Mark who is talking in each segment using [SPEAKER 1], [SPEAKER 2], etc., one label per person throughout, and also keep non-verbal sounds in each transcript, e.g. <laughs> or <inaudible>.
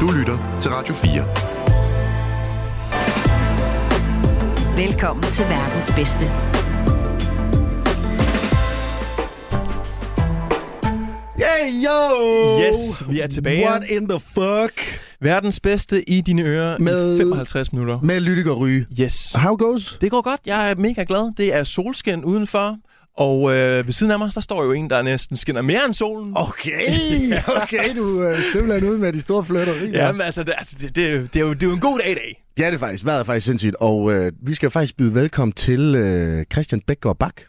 [SPEAKER 1] Du lytter til Radio
[SPEAKER 2] Velkommen til verdens bedste.
[SPEAKER 3] Yeah, yo!
[SPEAKER 4] Yes, vi er tilbage.
[SPEAKER 3] What in the fuck?
[SPEAKER 4] Verdens bedste i dine ører
[SPEAKER 3] Med-
[SPEAKER 4] med... i 55 minutter.
[SPEAKER 3] Med Lydik og Ryge.
[SPEAKER 4] Yes.
[SPEAKER 3] How goes?
[SPEAKER 4] Det går godt. Jeg er mega glad. Det er solskin udenfor. Og øh, ved siden af mig, der står jo en, der næsten skinner mere end solen. <laughs>
[SPEAKER 3] Okay, <laughs> okay, du er simpelthen ude med de store flytterier.
[SPEAKER 4] Ja, men altså, det, altså det, det, det, er jo, det er jo en god dag i dag.
[SPEAKER 3] det er det faktisk. Vejret er faktisk sindssygt. Og øh, vi skal faktisk byde velkommen til øh, Christian Bækgaard Bak,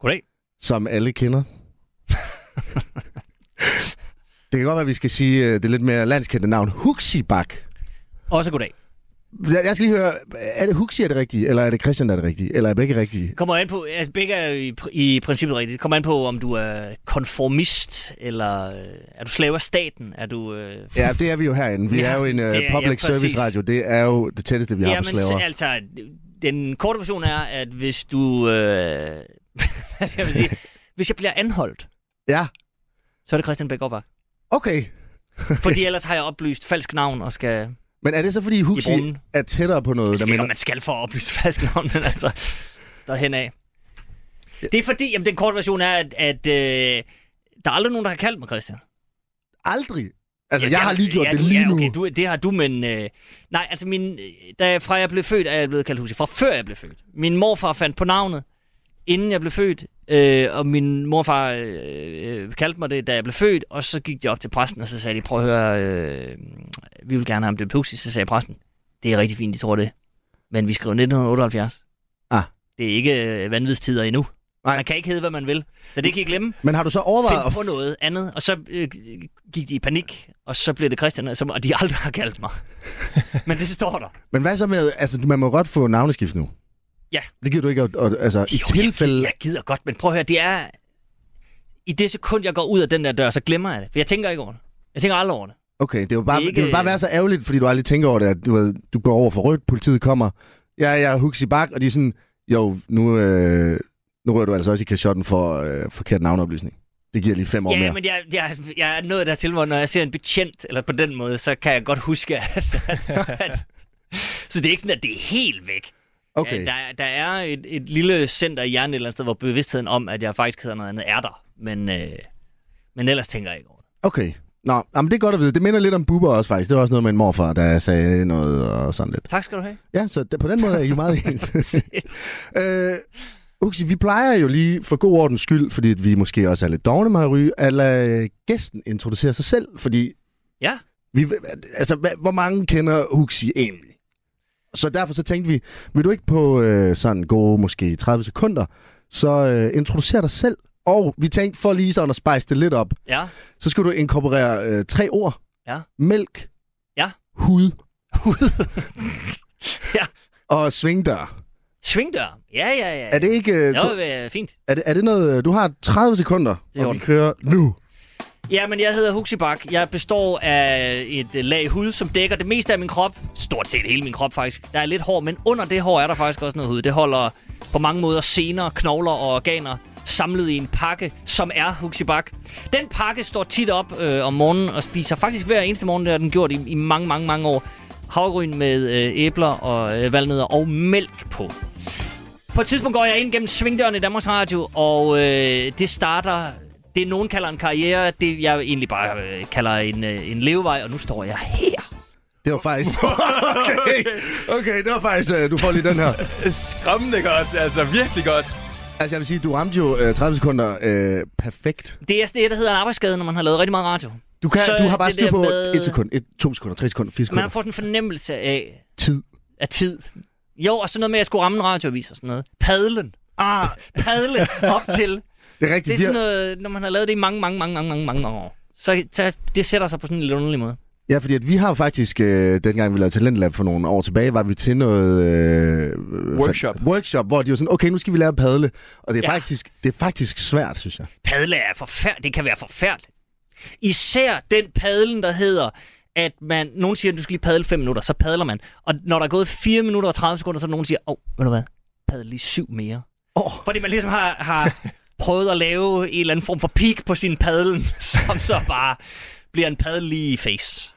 [SPEAKER 5] Goddag.
[SPEAKER 3] som alle
[SPEAKER 4] <laughs>
[SPEAKER 3] kender. det kan godt være, at vi skal sige øh, det lidt mere landskendte navn. Huxi Bak.
[SPEAKER 5] Også goddag.
[SPEAKER 3] Jeg jeg skal lige høre, er det Huxi, er det rigtige? Eller er det Christian, der er det rigtige? Eller er begge rigtige?
[SPEAKER 5] Kommer an på, altså begge er jo i, pr- i princippet rigtigt. Det Kommer an på, om du er konformist, eller øh, er du slave af staten? Er du... Øh,
[SPEAKER 3] Ja, det er vi jo herinde. Vi ja,
[SPEAKER 5] Ja,
[SPEAKER 3] er jo en uh,
[SPEAKER 5] det er- ja,
[SPEAKER 3] public service
[SPEAKER 5] præcis.
[SPEAKER 3] radio. Det er jo det tætteste, vi har på slaver.
[SPEAKER 5] s- altså, den korte version er, at hvis du... Øh, <laughs> hvad skal man sige? hvis jeg bliver anholdt,
[SPEAKER 3] Ja,
[SPEAKER 5] så er det Christian Bækgaard
[SPEAKER 3] okay.
[SPEAKER 5] Fordi ellers har jeg oplyst falsk navn og skal...
[SPEAKER 3] Men er det så, fordi Huxi
[SPEAKER 5] brummen.
[SPEAKER 3] er tættere på noget?
[SPEAKER 5] Jeg
[SPEAKER 3] Der
[SPEAKER 5] ved ikke, om
[SPEAKER 3] mener...
[SPEAKER 5] man skal for at oplyse falsk navn, men altså, derhen af. Det er fordi, jamen, den korte version er, at, at øh, der er aldrig nogen, der har kaldt mig Christian.
[SPEAKER 3] Aldrig. Altså,
[SPEAKER 5] Ja,
[SPEAKER 3] ja, jeg
[SPEAKER 5] er-
[SPEAKER 3] har lige gjort
[SPEAKER 5] ja,
[SPEAKER 3] det
[SPEAKER 5] du-
[SPEAKER 3] lige
[SPEAKER 5] ja, okay,
[SPEAKER 3] nu.
[SPEAKER 5] Du, det har du, men... Øh, nej, altså, min, øh, da, fra jeg blev født, er jeg blevet kaldt Husi. Fra før jeg blev født. Min morfar fandt på navnet, inden jeg blev født. Øh, og min morfar øh, øh, kaldte mig det, da jeg blev født. Og så gik jeg op til præsten, og så sagde de, prøv at høre, øh, vi vil gerne have ham døbt Husi. Så sagde præsten, det er rigtig fint, de tror det. Men vi skrev 1978.
[SPEAKER 3] Ah.
[SPEAKER 5] Det er ikke øh, vanvidstider endnu.
[SPEAKER 3] Nej.
[SPEAKER 5] Man kan ikke hedde, hvad man vil. Så det kan I glemme
[SPEAKER 3] Men har du så overvejet...
[SPEAKER 5] finde på noget andet, og så øh, gik de i panik, og så blev det Christian, og, så, og de aldrig <laughs> har kaldt mig. Men det står der.
[SPEAKER 3] Men hvad så med... Altså, man må godt få navneskift nu.
[SPEAKER 5] Ja.
[SPEAKER 3] Det giver du ikke... Og, og, altså, i
[SPEAKER 5] Jo, Jeg,
[SPEAKER 3] tilfælde...
[SPEAKER 5] jeg gider godt, men prøv at høre, det er... I det sekund, jeg går ud af den der dør, så glemmer jeg det. For jeg tænker ikke over det. Jeg tænker aldrig over det.
[SPEAKER 3] Okay, det er jo bare,
[SPEAKER 5] Det er
[SPEAKER 3] det, det vil
[SPEAKER 5] ikke-
[SPEAKER 3] bare være så ærgerligt, fordi du aldrig tænker over det, at du, ved, du går over for rødt, politiet kommer, ja, jeg er Huxi Bak, og de er sådan, jo, nu, øh, nu rører du altså også i kashotten for øh, forkert navneoplysning. Det giver lige fem år
[SPEAKER 5] ja,
[SPEAKER 3] mere.
[SPEAKER 5] men jeg, jeg, jeg er nået dertil, hvor når jeg ser en betjent, eller på den måde, så kan jeg godt huske, at...
[SPEAKER 3] <laughs>
[SPEAKER 5] at så det er ikke sådan, at det er helt væk.
[SPEAKER 3] Okay.
[SPEAKER 5] Ja, der, er- der er et, et lille center i hjernen et eller andet sted, hvor bevidstheden om, at jeg faktisk hedder noget andet, er der. Men, øh, men ellers tænker jeg ikke over det.
[SPEAKER 3] Okay. Nå, jamen, det er godt at vide. Det minder lidt om Bubber også faktisk. Det var også noget med en morfar, der sagde noget og sådan lidt.
[SPEAKER 5] Tak skal
[SPEAKER 3] <laughs>
[SPEAKER 5] du have.
[SPEAKER 3] Ja, så der, på den måde er I meget ens.
[SPEAKER 5] <laughs>
[SPEAKER 3] øh, Uxi, vi plejer jo lige for god ordens skyld, fordi at vi måske også er lidt dogne med at ryge, at lade gæsten introducere sig selv, fordi
[SPEAKER 5] Ja,
[SPEAKER 3] vi, altså, hvad, hvor mange kender Huxi egentlig? Så derfor så tænkte vi, vil du ikke på øh, sådan gode måske 30 sekunder, så øh, introducere dig selv. Og vi tænkte, for lige sådan at spice det lidt op,
[SPEAKER 5] ja.
[SPEAKER 3] så skal du inkorporere øh, tre ord.
[SPEAKER 5] Ja.
[SPEAKER 3] Mælk.
[SPEAKER 5] Ja.
[SPEAKER 3] Hud. <laughs>
[SPEAKER 5] Hud. ja.
[SPEAKER 3] Og svingdør.
[SPEAKER 5] Svingdør. Ja, ja, ja.
[SPEAKER 3] Er det ikke... Øh,
[SPEAKER 5] Jo,
[SPEAKER 3] to,
[SPEAKER 5] øh, fint.
[SPEAKER 3] er, det, er det noget... øh, Du har 30 sekunder,
[SPEAKER 5] Det er
[SPEAKER 3] og vi
[SPEAKER 5] ordentligt.
[SPEAKER 3] kører nu.
[SPEAKER 5] Ja, men jeg hedder Huxibak. Jeg består af et øh, lag hud, som dækker det meste af min krop. Stort set hele min krop, faktisk. Der er lidt hår, men under det hår er der faktisk også noget hud. Det holder på mange måder sener, knogler og organer samlet i en pakke, som er Huxibak. Den pakke står tit op øh, om morgenen og spiser faktisk hver eneste morgen, det har den gjort i, i mange, mange, mange år. Havregryn med øh, æbler og øh, valnødder og mælk på. På et tidspunkt går jeg ind gennem svingdøren i Danmarks Radio, og øh, det starter... Det nogen kalder en karriere, det jeg egentlig bare øh, kalder en, øh, en levevej, og nu står jeg her.
[SPEAKER 3] Det var faktisk... <laughs> Okay, okay det var faktisk... øh, Du får lige den her.
[SPEAKER 4] Skræmmende godt. Altså, virkelig godt.
[SPEAKER 3] Altså, jeg vil sige, du ramte jo øh, 30 sekunder øh, perfekt.
[SPEAKER 5] Det er sådan det, der hedder en arbejdsskade, når man har lavet rigtig meget radio.
[SPEAKER 3] Du, kan,
[SPEAKER 5] Så
[SPEAKER 3] du har bare
[SPEAKER 5] det
[SPEAKER 3] styr
[SPEAKER 5] der
[SPEAKER 3] på
[SPEAKER 5] med-
[SPEAKER 3] 1 sekund, 1, 2 sekunder, 3 sekunder, 4 sekunder.
[SPEAKER 5] Man får sådan en fornemmelse af,
[SPEAKER 3] Tid.
[SPEAKER 5] af tid. Jo, og sådan noget med, at jeg skulle ramme en radioavis og sådan noget. Padlen.
[SPEAKER 3] Ah,
[SPEAKER 5] Padle
[SPEAKER 3] <laughs>
[SPEAKER 5] op til.
[SPEAKER 3] det er rigtigt.
[SPEAKER 5] Det er
[SPEAKER 3] vi har-
[SPEAKER 5] sådan noget, når man har lavet det i mange, mange, mange, mange, mange, mange år. Så så det sætter sig på sådan en lidt underlig måde.
[SPEAKER 3] Ja, fordi at vi har jo faktisk, øh, dengang vi lavede Talentlab for nogle år tilbage, var vi til noget... Øh,
[SPEAKER 4] Workshop.
[SPEAKER 3] Workshop, hvor de var sådan, okay, nu skal vi lære at padle. Og det er, ja.
[SPEAKER 5] Ja.
[SPEAKER 3] faktisk, det er faktisk svært, synes jeg.
[SPEAKER 5] padle er forfærdeligt. Det kan være forfærdeligt. Især den padlen, der hedder, at man, nogen siger, at du skal lige padle 5 minutter, så padler man. Og når der er gået 4 minutter og 30 sekunder, så er der nogen, der siger, åh, oh, ved du hvad, padle lige 7 mere.
[SPEAKER 3] Åh.
[SPEAKER 5] Fordi man ligesom har, har
[SPEAKER 3] <laughs>
[SPEAKER 5] prøvet at lave en eller <laughs> anden form for peak på sin padlen, som så bare bliver en padel lige face.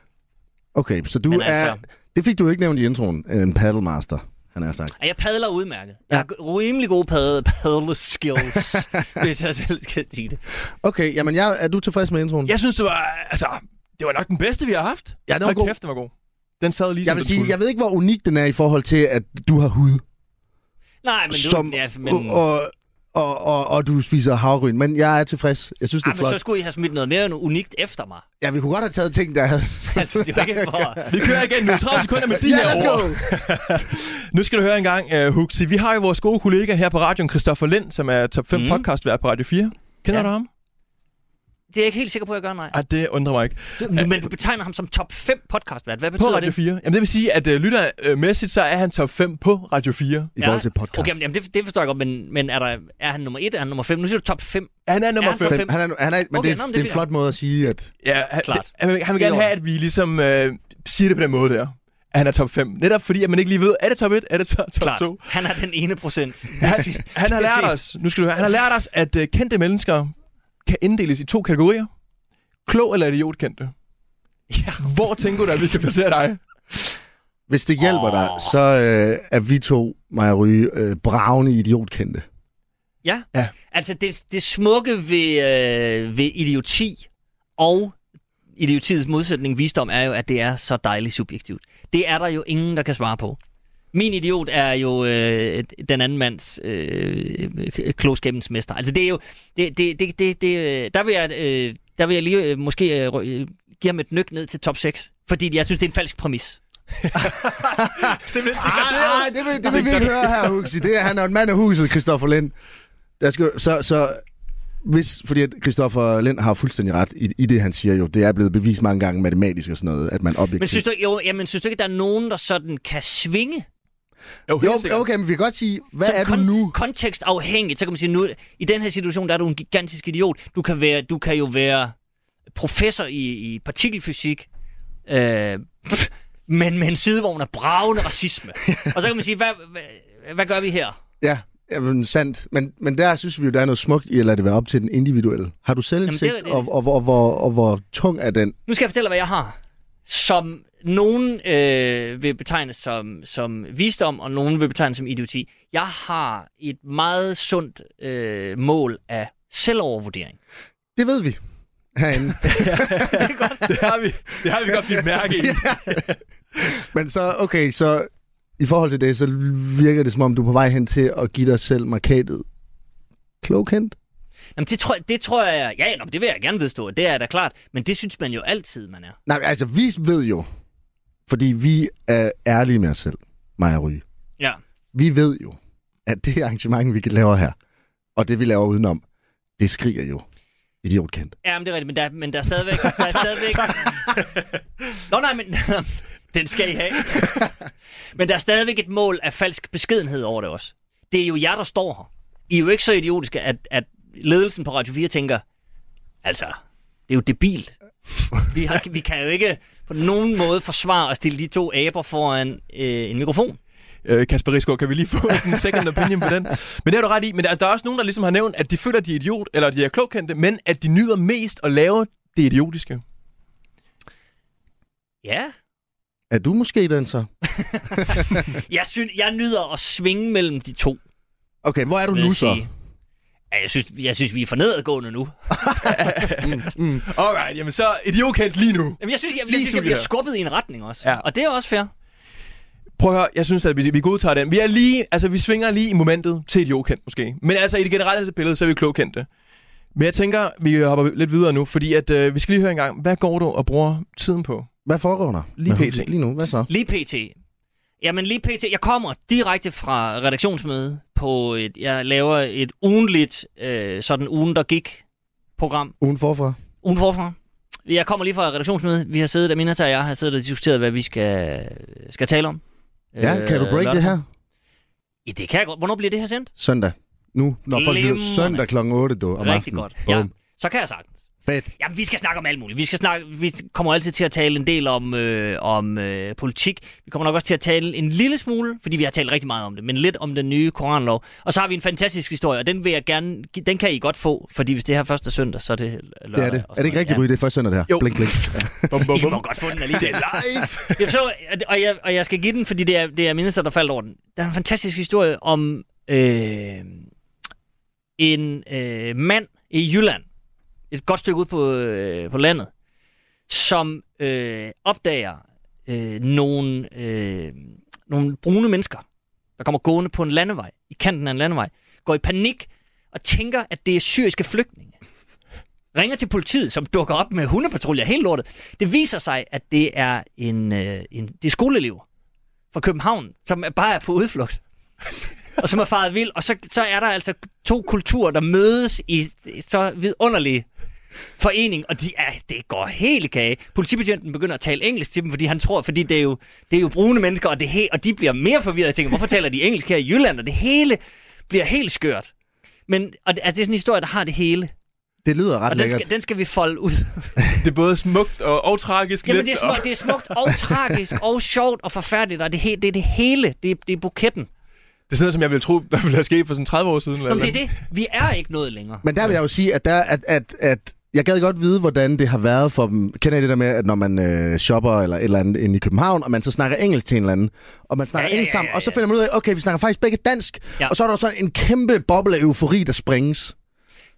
[SPEAKER 3] Okay, så du
[SPEAKER 5] Men
[SPEAKER 3] er...
[SPEAKER 5] altså-
[SPEAKER 3] Altså... Det fik du ikke nævnt i introen. En paddlemaster, han har sagt.
[SPEAKER 5] Og jeg padler udmærket. Jeg har rimelig gode pad- paddle
[SPEAKER 3] <laughs>
[SPEAKER 5] skills, hvis jeg selv skal sige det.
[SPEAKER 3] Okay, jamen jeg, er du tilfreds med introen?
[SPEAKER 4] Jeg synes, det var, altså, det var nok den bedste, vi har haft.
[SPEAKER 3] Ja, den var
[SPEAKER 4] Hold
[SPEAKER 3] god.
[SPEAKER 4] kæft, den var god. Den sad
[SPEAKER 5] ligesom
[SPEAKER 4] lige,
[SPEAKER 3] jeg
[SPEAKER 4] som
[SPEAKER 3] vil
[SPEAKER 4] den
[SPEAKER 3] sige,
[SPEAKER 4] skulle.
[SPEAKER 3] jeg ved ikke, hvor unik den er i forhold til, at du har hud.
[SPEAKER 5] Nej, men, du,
[SPEAKER 3] som,
[SPEAKER 5] altså, men,
[SPEAKER 3] og, og, og, og, og du spiser havgryn. Men jeg er tilfreds. Jeg synes, det
[SPEAKER 5] Ej,
[SPEAKER 3] er
[SPEAKER 5] men så
[SPEAKER 3] flot.
[SPEAKER 5] skulle I have smidt noget mere unikt efter mig.
[SPEAKER 3] Ja, vi kunne godt have taget ting, der havde...
[SPEAKER 5] <laughs> Altså, det var ikke for...
[SPEAKER 4] Vi kører igen nu. 30 sekunder med de
[SPEAKER 3] Ja,
[SPEAKER 4] her
[SPEAKER 3] let's
[SPEAKER 4] ord. nu skal du høre en gang, uh, Huxi. Vi har jo vores gode kollega her på radioen, Christoffer Lind, som er top 5
[SPEAKER 5] Mm.
[SPEAKER 4] mm. podcastvært på Radio 4. Kender
[SPEAKER 5] Ja.
[SPEAKER 4] ja. du ham?
[SPEAKER 5] Det er jeg ikke helt sikker på, at jeg gør, nej.
[SPEAKER 4] Ah, det undrer mig ikke.
[SPEAKER 5] Du, men du betegner ham som top 5 podcastvært. Hvad
[SPEAKER 4] På
[SPEAKER 5] betyder
[SPEAKER 4] Radio
[SPEAKER 5] det?
[SPEAKER 4] 4. Jamen, det vil sige, at uh, lyttermæssigt, så er han top 5 på Radio 4.
[SPEAKER 3] I forhold til podcast.
[SPEAKER 5] Okay, men- jamen, det, det forstår jeg godt, men, men er, der, er han nummer 1, er han nummer 5? Nu siger du top 5.
[SPEAKER 4] Han er nummer
[SPEAKER 5] han
[SPEAKER 4] 5.
[SPEAKER 5] top
[SPEAKER 3] Fem.
[SPEAKER 5] fem.
[SPEAKER 3] Han er, han er, men
[SPEAKER 5] Okay,
[SPEAKER 3] okay, det,
[SPEAKER 5] nå,
[SPEAKER 3] er,
[SPEAKER 5] men
[SPEAKER 3] det er
[SPEAKER 5] det
[SPEAKER 3] en flot måde at sige, at...
[SPEAKER 4] Ja, han,
[SPEAKER 5] Klart.
[SPEAKER 4] Det, han, vil- han vil
[SPEAKER 5] Det er
[SPEAKER 4] gerne
[SPEAKER 5] i
[SPEAKER 4] have, at vi ligesom øh, siger det på den måde der. At han er top 5. Netop fordi, at man ikke lige ved, er det top 1, er det top, top
[SPEAKER 5] Klart.
[SPEAKER 4] 2.
[SPEAKER 5] Han er den ene procent. <laughs>
[SPEAKER 4] Han, han har lært os, nu skal du høre, han har lært os, at øh, kendte mennesker kan inddeles i to kategorier. Klog eller idiotkendte.
[SPEAKER 5] Ja.
[SPEAKER 4] Hvor tænker du, at vi kan placere dig?
[SPEAKER 3] Hvis det hjælper
[SPEAKER 5] Åh.
[SPEAKER 3] oh. dig, så øh, er vi to, mig og Ryge, øh, bravende idiotkendte.
[SPEAKER 5] Ja. ja.
[SPEAKER 4] Ja.
[SPEAKER 5] Altså, det, det smukke ved, øh, ved idioti og idiotiets modsætning visdom er jo, at det er så dejligt subjektivt. Det er der jo ingen, der kan svare på. Min idiot er jo øh, den anden mands øh, k- klogskabens mester. Altså, det er jo... Det, det, det, det, det, øh, der, vil jeg, øh, der vil jeg lige øh, måske øh, rø- øh, give ham et nyk ned til top 6, fordi jeg synes, det er en falsk præmis.
[SPEAKER 4] Simpelthen
[SPEAKER 3] Nej, det vil, det vil vi ikke høre her, Huxi. Det er, han er en mand af huset, Christoffer Lind. Der skal, så, så hvis, fordi at Christoffer Lind har fuldstændig ret i, i, det, han siger jo. Det er blevet bevist mange gange matematisk og sådan noget, at man objektivt...
[SPEAKER 5] Men synes du, ikke- jo, jamen, synes du ikke, der er nogen, der sådan kan svinge
[SPEAKER 4] Jo, helt
[SPEAKER 3] jo,
[SPEAKER 4] sikkert.
[SPEAKER 5] <laughs>
[SPEAKER 3] okay, men vi kan godt sige, hvad
[SPEAKER 5] Sådan
[SPEAKER 3] er du nu?
[SPEAKER 5] kontekstafhængigt, så kan man sige, nu, i den her situation, der er du en gigantisk idiot. Du kan, være, du kan jo være professor i, i partikelfysik, øh, <laughs> men med en sidevogn af
[SPEAKER 3] <laughs>
[SPEAKER 5] bravende racisme. Og så kan man sige, hvad, hvad, hvad gør vi her?
[SPEAKER 3] Ja, jamen, sandt. Men, men der synes vi jo, der er noget smukt i at lade det være op til den individuelle. Har du selv
[SPEAKER 5] Jamen, det er
[SPEAKER 3] indsigt,
[SPEAKER 5] det.
[SPEAKER 3] og, og, og, og, hvor, og hvor tung er den?
[SPEAKER 5] Nu skal jeg fortælle, hvad jeg har. Som nogen øh, vil betegne som, som visdom, og nogen vil betegne som idioti. Jeg har et meget sundt øh, mål af selvovervurdering.
[SPEAKER 3] Det ved vi <laughs> herinde.
[SPEAKER 4] Det har vi, det har vi godt blivet mærke i.
[SPEAKER 3] Men så, okay, så i forhold til det, så virker det som om, du er på vej hen til at give dig selv markedet klogkendt.
[SPEAKER 5] Jamen, det tror, jeg- det tror jeg... Ja, ja, nå, men det vil jeg gerne vedstå, det er da klart. Men det synes man jo altid, man er.
[SPEAKER 3] Nej, altså, vi ved jo, fordi vi er ærlige med os selv, mig og Ryge.
[SPEAKER 5] Ja.
[SPEAKER 3] Vi ved jo, at det arrangement, vi laver her, og det, vi laver udenom, det skriger jo idiotkendt.
[SPEAKER 5] Ja, men det er rigtigt, men der, men der er stadigvæk... <laughs> Der er stadigvæk... Nå, nej, men... <laughs> den skal I <laughs> have. men der er stadigvæk et mål af falsk beskedenhed over det også. Det er jo jer, der står her. I er jo ikke så idiotiske, at, at ledelsen på Radio 4 tænker, altså, det er jo debilt. Vi, har, vi kan jo ikke på nogen måde forsvare at stille de to aber foran øh, en mikrofon.
[SPEAKER 4] Øh, Kasper Risgaard, kan vi lige
[SPEAKER 5] <laughs>
[SPEAKER 4] få sådan en second opinion på den? Men det har du ret i. Men der, der er også nogen, der ligesom har nævnt, at de føler, at de er idiot, eller de er klogkendte, men at de nyder mest at lave det idiotiske.
[SPEAKER 5] Ja,
[SPEAKER 3] Er du måske den så?
[SPEAKER 5] Jeg, synes, jeg nyder at svinge mellem de to,
[SPEAKER 3] Okay, hvor er du
[SPEAKER 5] vil
[SPEAKER 3] nu
[SPEAKER 5] jeg
[SPEAKER 3] så?
[SPEAKER 5] sige. Ja, jeg, synes, jeg synes, vi er for nedadgående nu.
[SPEAKER 4] Alright, jamen så idiotkendt lige nu.
[SPEAKER 5] Jamen, jeg synes, jeg, jeg,
[SPEAKER 4] Lige
[SPEAKER 5] synes, jeg
[SPEAKER 4] studier.
[SPEAKER 5] bliver skubbet i en retning også.
[SPEAKER 4] Ja.
[SPEAKER 5] Og det er også fair.
[SPEAKER 4] Prøv at høre, jeg synes, at vi, vi godtager den. Vi er lige, altså vi svinger lige i momentet til et jordkendt måske. Men altså i det generelle billede, så er vi klogkendte. Men jeg tænker, vi hopper lidt videre nu, fordi at, øh, vi skal lige høre en gang, hvad går du og bruger tiden på?
[SPEAKER 3] Hvad foregår der?
[SPEAKER 4] Lige
[SPEAKER 3] Hvad-
[SPEAKER 4] pt.
[SPEAKER 3] Lige nu, hvad så?
[SPEAKER 5] Lige pt. Jamen lige pt. Jeg kommer direkte fra redaktionsmøde på et... Jeg laver et ugenligt, øh, sådan ugen, der gik program.
[SPEAKER 3] Ugen forfra?
[SPEAKER 5] Ugen forfra. Jeg kommer lige fra et redaktionsmøde. Vi har siddet, Aminata og jeg har siddet og diskuteret, hvad vi skal, skal tale om. Øh,
[SPEAKER 3] Ja, kan du break det
[SPEAKER 5] lørdag.
[SPEAKER 3] her?
[SPEAKER 5] Ja, det kan jeg godt. Hvornår bliver det her sendt?
[SPEAKER 3] Søndag. Nu, når folk lytter
[SPEAKER 5] Glimrende.
[SPEAKER 3] søndag kl. 8, du, om
[SPEAKER 5] Rigtig
[SPEAKER 3] aftenen.
[SPEAKER 5] godt.
[SPEAKER 3] Bum.
[SPEAKER 5] Ja. Så kan jeg sagtens.
[SPEAKER 3] Fedt.
[SPEAKER 5] Jamen, vi skal snakke om alt muligt. Vi, skal snakke, vi kommer altid til at tale en del om, øh, om øh, politik. Vi kommer nok også til at tale en lille smule, fordi vi har talt rigtig meget om det, men lidt om den nye koranlov. Og så har vi en fantastisk historie, og den vil jeg gerne, gi- den kan I godt få, fordi hvis det her første søndag, så er det lørdag.
[SPEAKER 3] Det er det. Er
[SPEAKER 5] og
[SPEAKER 3] det
[SPEAKER 5] sådan
[SPEAKER 3] ikke rigtigt,
[SPEAKER 5] noget.
[SPEAKER 3] Ryge? Det er først søndag, det her.
[SPEAKER 4] Jo.
[SPEAKER 3] Blink, blink.
[SPEAKER 4] Bum, bum,
[SPEAKER 5] Ja. I må <laughs>
[SPEAKER 4] bum.
[SPEAKER 5] godt få den alligevel.
[SPEAKER 3] Live!
[SPEAKER 5] jeg så, og, jeg, og jeg skal give den, fordi det er, det er minister, der faldt over den. Der er en fantastisk historie om øh, en øh, mand i Jylland, et godt stykke ud på, øh, på landet, som øh, opdager øh, nogle, øh, nogle brune mennesker, der kommer gående på en landevej, i kanten af en landevej, går i panik og tænker, at det er syriske flygtninge. Ringer til politiet, som dukker op med hundepatruljer, helt lortet. Det viser sig, at det er en, øh, en det er skoleelever fra København, som er bare er på udflugt. og som er faret vild. Og så, så er der altså to kulturer, der mødes i så vidunderlige forening, og de er, det går helt i kage. Politibetjenten begynder at tale engelsk til dem, fordi han tror, fordi det er jo, det er jo brune mennesker, og, det he, og de bliver mere forvirrede. Jeg tænker, hvorfor taler de engelsk her i Jylland? Og det hele bliver helt skørt. Men og det, altså, det er sådan en historie, der har det hele.
[SPEAKER 3] Det lyder ret
[SPEAKER 5] Og den
[SPEAKER 3] lækkert.
[SPEAKER 5] skal, den skal vi folde ud.
[SPEAKER 4] Det er både smukt og, og tragisk
[SPEAKER 5] Jamen,
[SPEAKER 4] lidt.
[SPEAKER 5] det er, smukt, det er smukt og tragisk og sjovt og forfærdeligt, og det, he, det er det hele. Det er, det er buketten.
[SPEAKER 4] Det er sådan noget, som jeg ville tro, der ville have sket for sådan 30 år siden.
[SPEAKER 5] Nå,
[SPEAKER 4] Eller
[SPEAKER 5] men det er det. Vi er ikke noget længere.
[SPEAKER 3] Men der vil jeg jo sige, at, der, at, at, at jeg gad godt vide, hvordan det har været for dem. Kender I det der med, at når man øh, shopper eller et eller andet inde i København, og man så snakker engelsk til en eller anden, og man snakker
[SPEAKER 5] Ja, ja,
[SPEAKER 3] engelsk
[SPEAKER 5] ja,
[SPEAKER 3] sammen,
[SPEAKER 5] ja,
[SPEAKER 3] og så
[SPEAKER 5] ja.
[SPEAKER 3] finder man ud af, okay, vi snakker faktisk begge dansk,
[SPEAKER 5] Ja.
[SPEAKER 3] og så er der jo sådan en kæmpe boble af eufori, der sprænges.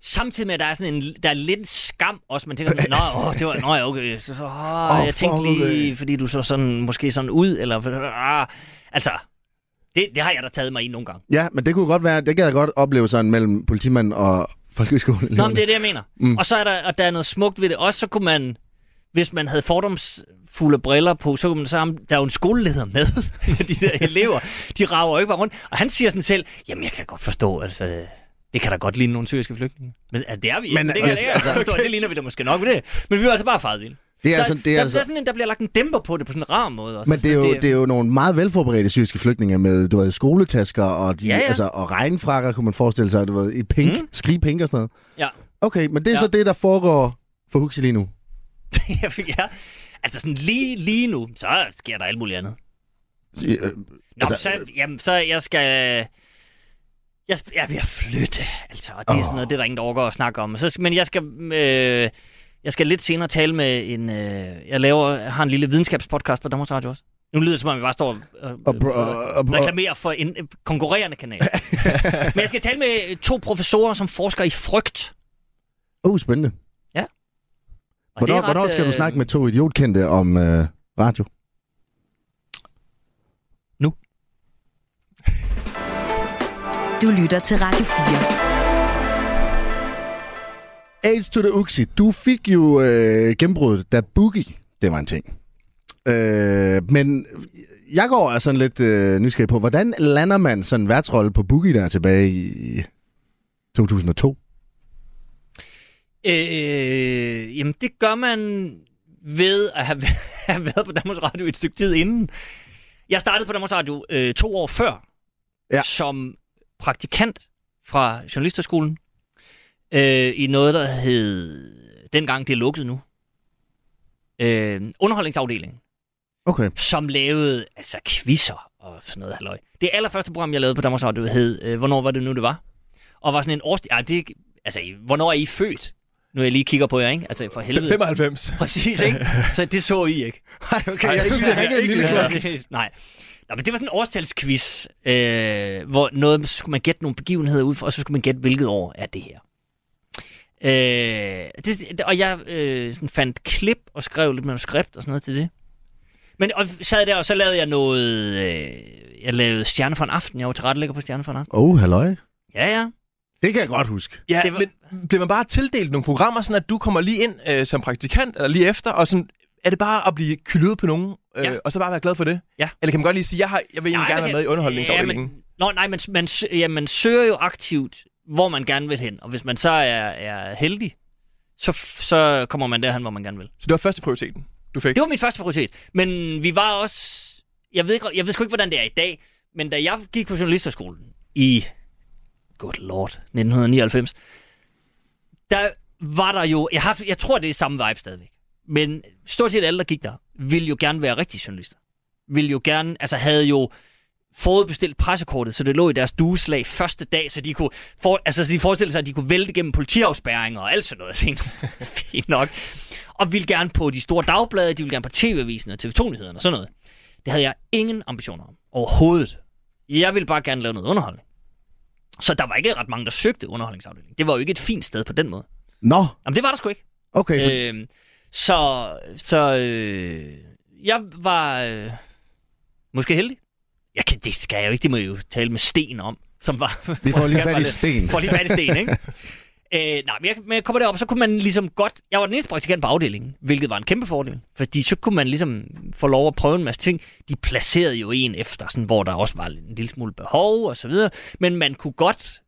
[SPEAKER 5] Samtidig med, at der er sådan en, der er lidt skam også. Man tænker, <laughs> sådan, nå, åh, det var, nå, ja, okay, så, så åh,
[SPEAKER 3] Åh,
[SPEAKER 5] jeg tænkte
[SPEAKER 3] fuck,
[SPEAKER 5] lige,
[SPEAKER 3] okay.
[SPEAKER 5] fordi du så sådan, måske sådan ud, eller, ah, altså, det, det har jeg da taget mig i nogle gange.
[SPEAKER 3] Ja, men det kunne godt være, det gad jeg godt opleve sådan mellem politimanden og folkeskolen.
[SPEAKER 5] Nå, men det er det, jeg mener. Mm. Og så er der, og der er noget smukt ved det. Også så kunne man, hvis man havde fordomsfulde briller på, så kunne man sammen, der er jo en skoleleder med, <laughs> med de der elever. De rager jo ikke bare rundt. Og han siger sådan selv, jamen jeg kan godt forstå, altså... Det kan da godt ligne nogle syriske flygtninge. Men altså, det er vi ikke.
[SPEAKER 3] Men,
[SPEAKER 5] det kan
[SPEAKER 3] altså-
[SPEAKER 5] det ikke, altså. Forstå, det ligner vi da måske nok med det. Men vi er altså bare farvet
[SPEAKER 3] det er
[SPEAKER 5] der,
[SPEAKER 3] altså, det er
[SPEAKER 5] der,
[SPEAKER 3] altså,
[SPEAKER 5] der, er sådan en, der bliver lagt en dæmper på det på sådan en rar måde. Også.
[SPEAKER 3] men det er, jo, det er jo nogle meget velforberedte syriske flygtninge med, du ved, skoletasker og, de,
[SPEAKER 5] Ja, ja.
[SPEAKER 3] Altså, og regnfrakker, kunne man forestille sig, du ved, i pink,
[SPEAKER 5] Mm.
[SPEAKER 3] mm. skrige pink og sådan noget.
[SPEAKER 5] Ja. <laughs>
[SPEAKER 3] Okay, men det er
[SPEAKER 5] Ja.
[SPEAKER 3] ja. så det, der foregår for Huxi lige nu.
[SPEAKER 5] ja. Altså sådan lige, lige nu, så sker der alt muligt andet. Nå, altså,
[SPEAKER 3] Altså,
[SPEAKER 5] så, jamen, så jeg skal... Jeg, jeg vil flytte, altså. Og det oh. er sådan
[SPEAKER 3] Åh.
[SPEAKER 5] noget, det er der ingen, der overgår at snakke om. Så, skal- men jeg skal... Øh, jeg skal lidt senere tale med en... Øh, jeg laver, jeg har en lille videnskabspodcast på Danmarks Radio også. Nu lyder det, som om jeg bare står og,
[SPEAKER 3] Og bro-
[SPEAKER 5] og,
[SPEAKER 3] og- og-
[SPEAKER 5] reklamerer for en øh, konkurrerende kanal.
[SPEAKER 3] <laughs>
[SPEAKER 5] men jeg skal tale med to professorer, som forsker i frygt.
[SPEAKER 3] uh, spændende.
[SPEAKER 5] Og det er
[SPEAKER 3] Hvornår,
[SPEAKER 5] ret,
[SPEAKER 3] hvornår skal du
[SPEAKER 5] øh,
[SPEAKER 3] snakke med to idiotkendte om øh, radio?
[SPEAKER 1] Du lytter til Radio 4.
[SPEAKER 3] AIDS to the Uxi, du fik jo øh, gennembruddet, da Boogie, det var en ting. Øh, men jeg går altså sådan lidt øh, nysgerrig på, hvordan lander man sådan en værtsrolle på Boogie der tilbage i 2002?
[SPEAKER 5] Øh, jamen, det gør man ved at have, <laughs> have været på Danmarks Radio et stykke tid inden. Jeg startede på Danmarks Radio øh, to år før,
[SPEAKER 3] Ja.
[SPEAKER 5] som praktikant fra Journalisterskolen øh, i noget, der hed, dengang det er lukket nu, øh, underholdningsafdelingen
[SPEAKER 3] Okay.
[SPEAKER 5] som lavede altså quizzer og sådan noget halløj. Det allerførste program, jeg lavede på Danmarks Radio, hed øh, Hvornår var det nu, det var? Og var sådan en års... Ja, det, er ikke- altså, I- hvornår er I født? Nu jeg lige kigger på jer, ikke? Altså, for helvede.
[SPEAKER 4] 95.
[SPEAKER 5] Præcis, ikke? Så det så I, ikke?
[SPEAKER 3] Ej, okay,
[SPEAKER 4] Ej,
[SPEAKER 3] jeg synes, det
[SPEAKER 4] ikke-
[SPEAKER 3] er en
[SPEAKER 4] ikke-
[SPEAKER 3] lille
[SPEAKER 4] ikke-
[SPEAKER 3] klart.
[SPEAKER 5] Nej. Nå, men det var sådan en årstalsquiz, øh, hvor noget, så skulle man gætte nogle begivenheder ud fra, og så skulle man gætte, hvilket år er det her. Øh, det, og jeg øh, sådan fandt klip og skrev lidt manuskript og sådan noget til det. Men og sad der, og så lavede jeg noget... Øh, jeg lavede Stjerne for en aften. Jeg var tilrettelægger på Stjerne for en aften.
[SPEAKER 3] Åh, oh, halløj.
[SPEAKER 5] Ja, ja.
[SPEAKER 3] Det kan jeg godt huske.
[SPEAKER 4] Ja,
[SPEAKER 5] Det var-
[SPEAKER 4] var... men bliver man bare tildelt nogle programmer, sådan at du kommer lige ind øh, som praktikant, eller lige efter, og sådan, er det bare at blive kyldet på nogen, øh,
[SPEAKER 5] Ja.
[SPEAKER 4] og så bare være glad for det?
[SPEAKER 5] Ja.
[SPEAKER 4] Eller kan man godt lige sige, jeg, har, jeg vil egentlig
[SPEAKER 5] Nej,
[SPEAKER 4] gerne
[SPEAKER 5] men
[SPEAKER 4] være med i
[SPEAKER 5] hen-
[SPEAKER 4] underholdningsafdelingen?
[SPEAKER 5] Ja, men, nå, nej, man, man, sø- ja, man søger jo aktivt, hvor man gerne vil hen. Og hvis man så er, er heldig, så, f- så kommer man derhen, hvor man gerne vil.
[SPEAKER 4] Så det var første prioriteten, du fik? <laughs>
[SPEAKER 5] Det var min første prioritet. Men vi var også... Jeg ved, ikke, jeg ved sgu ikke, hvordan det er i dag, men da jeg gik på journalisterskolen i... Good lord, 1999. Der var der jo... Jeg, har, jeg tror, det er samme vibe stadigvæk. Men stort set alle, der gik der, ville jo gerne være rigtige journalister. Ville jo gerne... Altså havde jo forudbestilt pressekortet, så det lå i deres dueslag første dag, så de kunne for, altså, så de forestillede sig, at de kunne vælte gennem politiafspærringer og alt sådan noget. Jeg tænkte, <laughs> fint nok. Og ville gerne på de store dagblade, de ville gerne på TV-avisen og TV2-nyhederne og sådan noget. Det havde jeg ingen ambitioner om overhovedet. Jeg ville bare gerne lave noget underholdning. Så der var ikke ret mange, der søgte underholdningsafdelingen. Det var jo ikke et fint sted på den måde.
[SPEAKER 3] Nå,
[SPEAKER 5] Jamen, det var der sgu ikke.
[SPEAKER 3] okay. For, øh,
[SPEAKER 5] Øh, så så øh, jeg var øh, måske heldig. Jeg kan, det skal jeg jo ikke, det må jeg jo tale med Sten om, som var...
[SPEAKER 3] vi får lige
[SPEAKER 5] Var
[SPEAKER 3] fat i
[SPEAKER 5] det-
[SPEAKER 3] sten.
[SPEAKER 5] Får lige fat i
[SPEAKER 3] <laughs>
[SPEAKER 5] sten, ikke? Øh, nej, men jeg, men jeg kommer derop, så kunne man ligesom godt... Jeg var den eneste praktikant på afdelingen, hvilket var en kæmpe fordel. Fordi så kunne man ligesom få lov at prøve en masse ting. De placerede jo en efter, sådan, hvor der også var en lille smule behov og så videre. Men man kunne godt...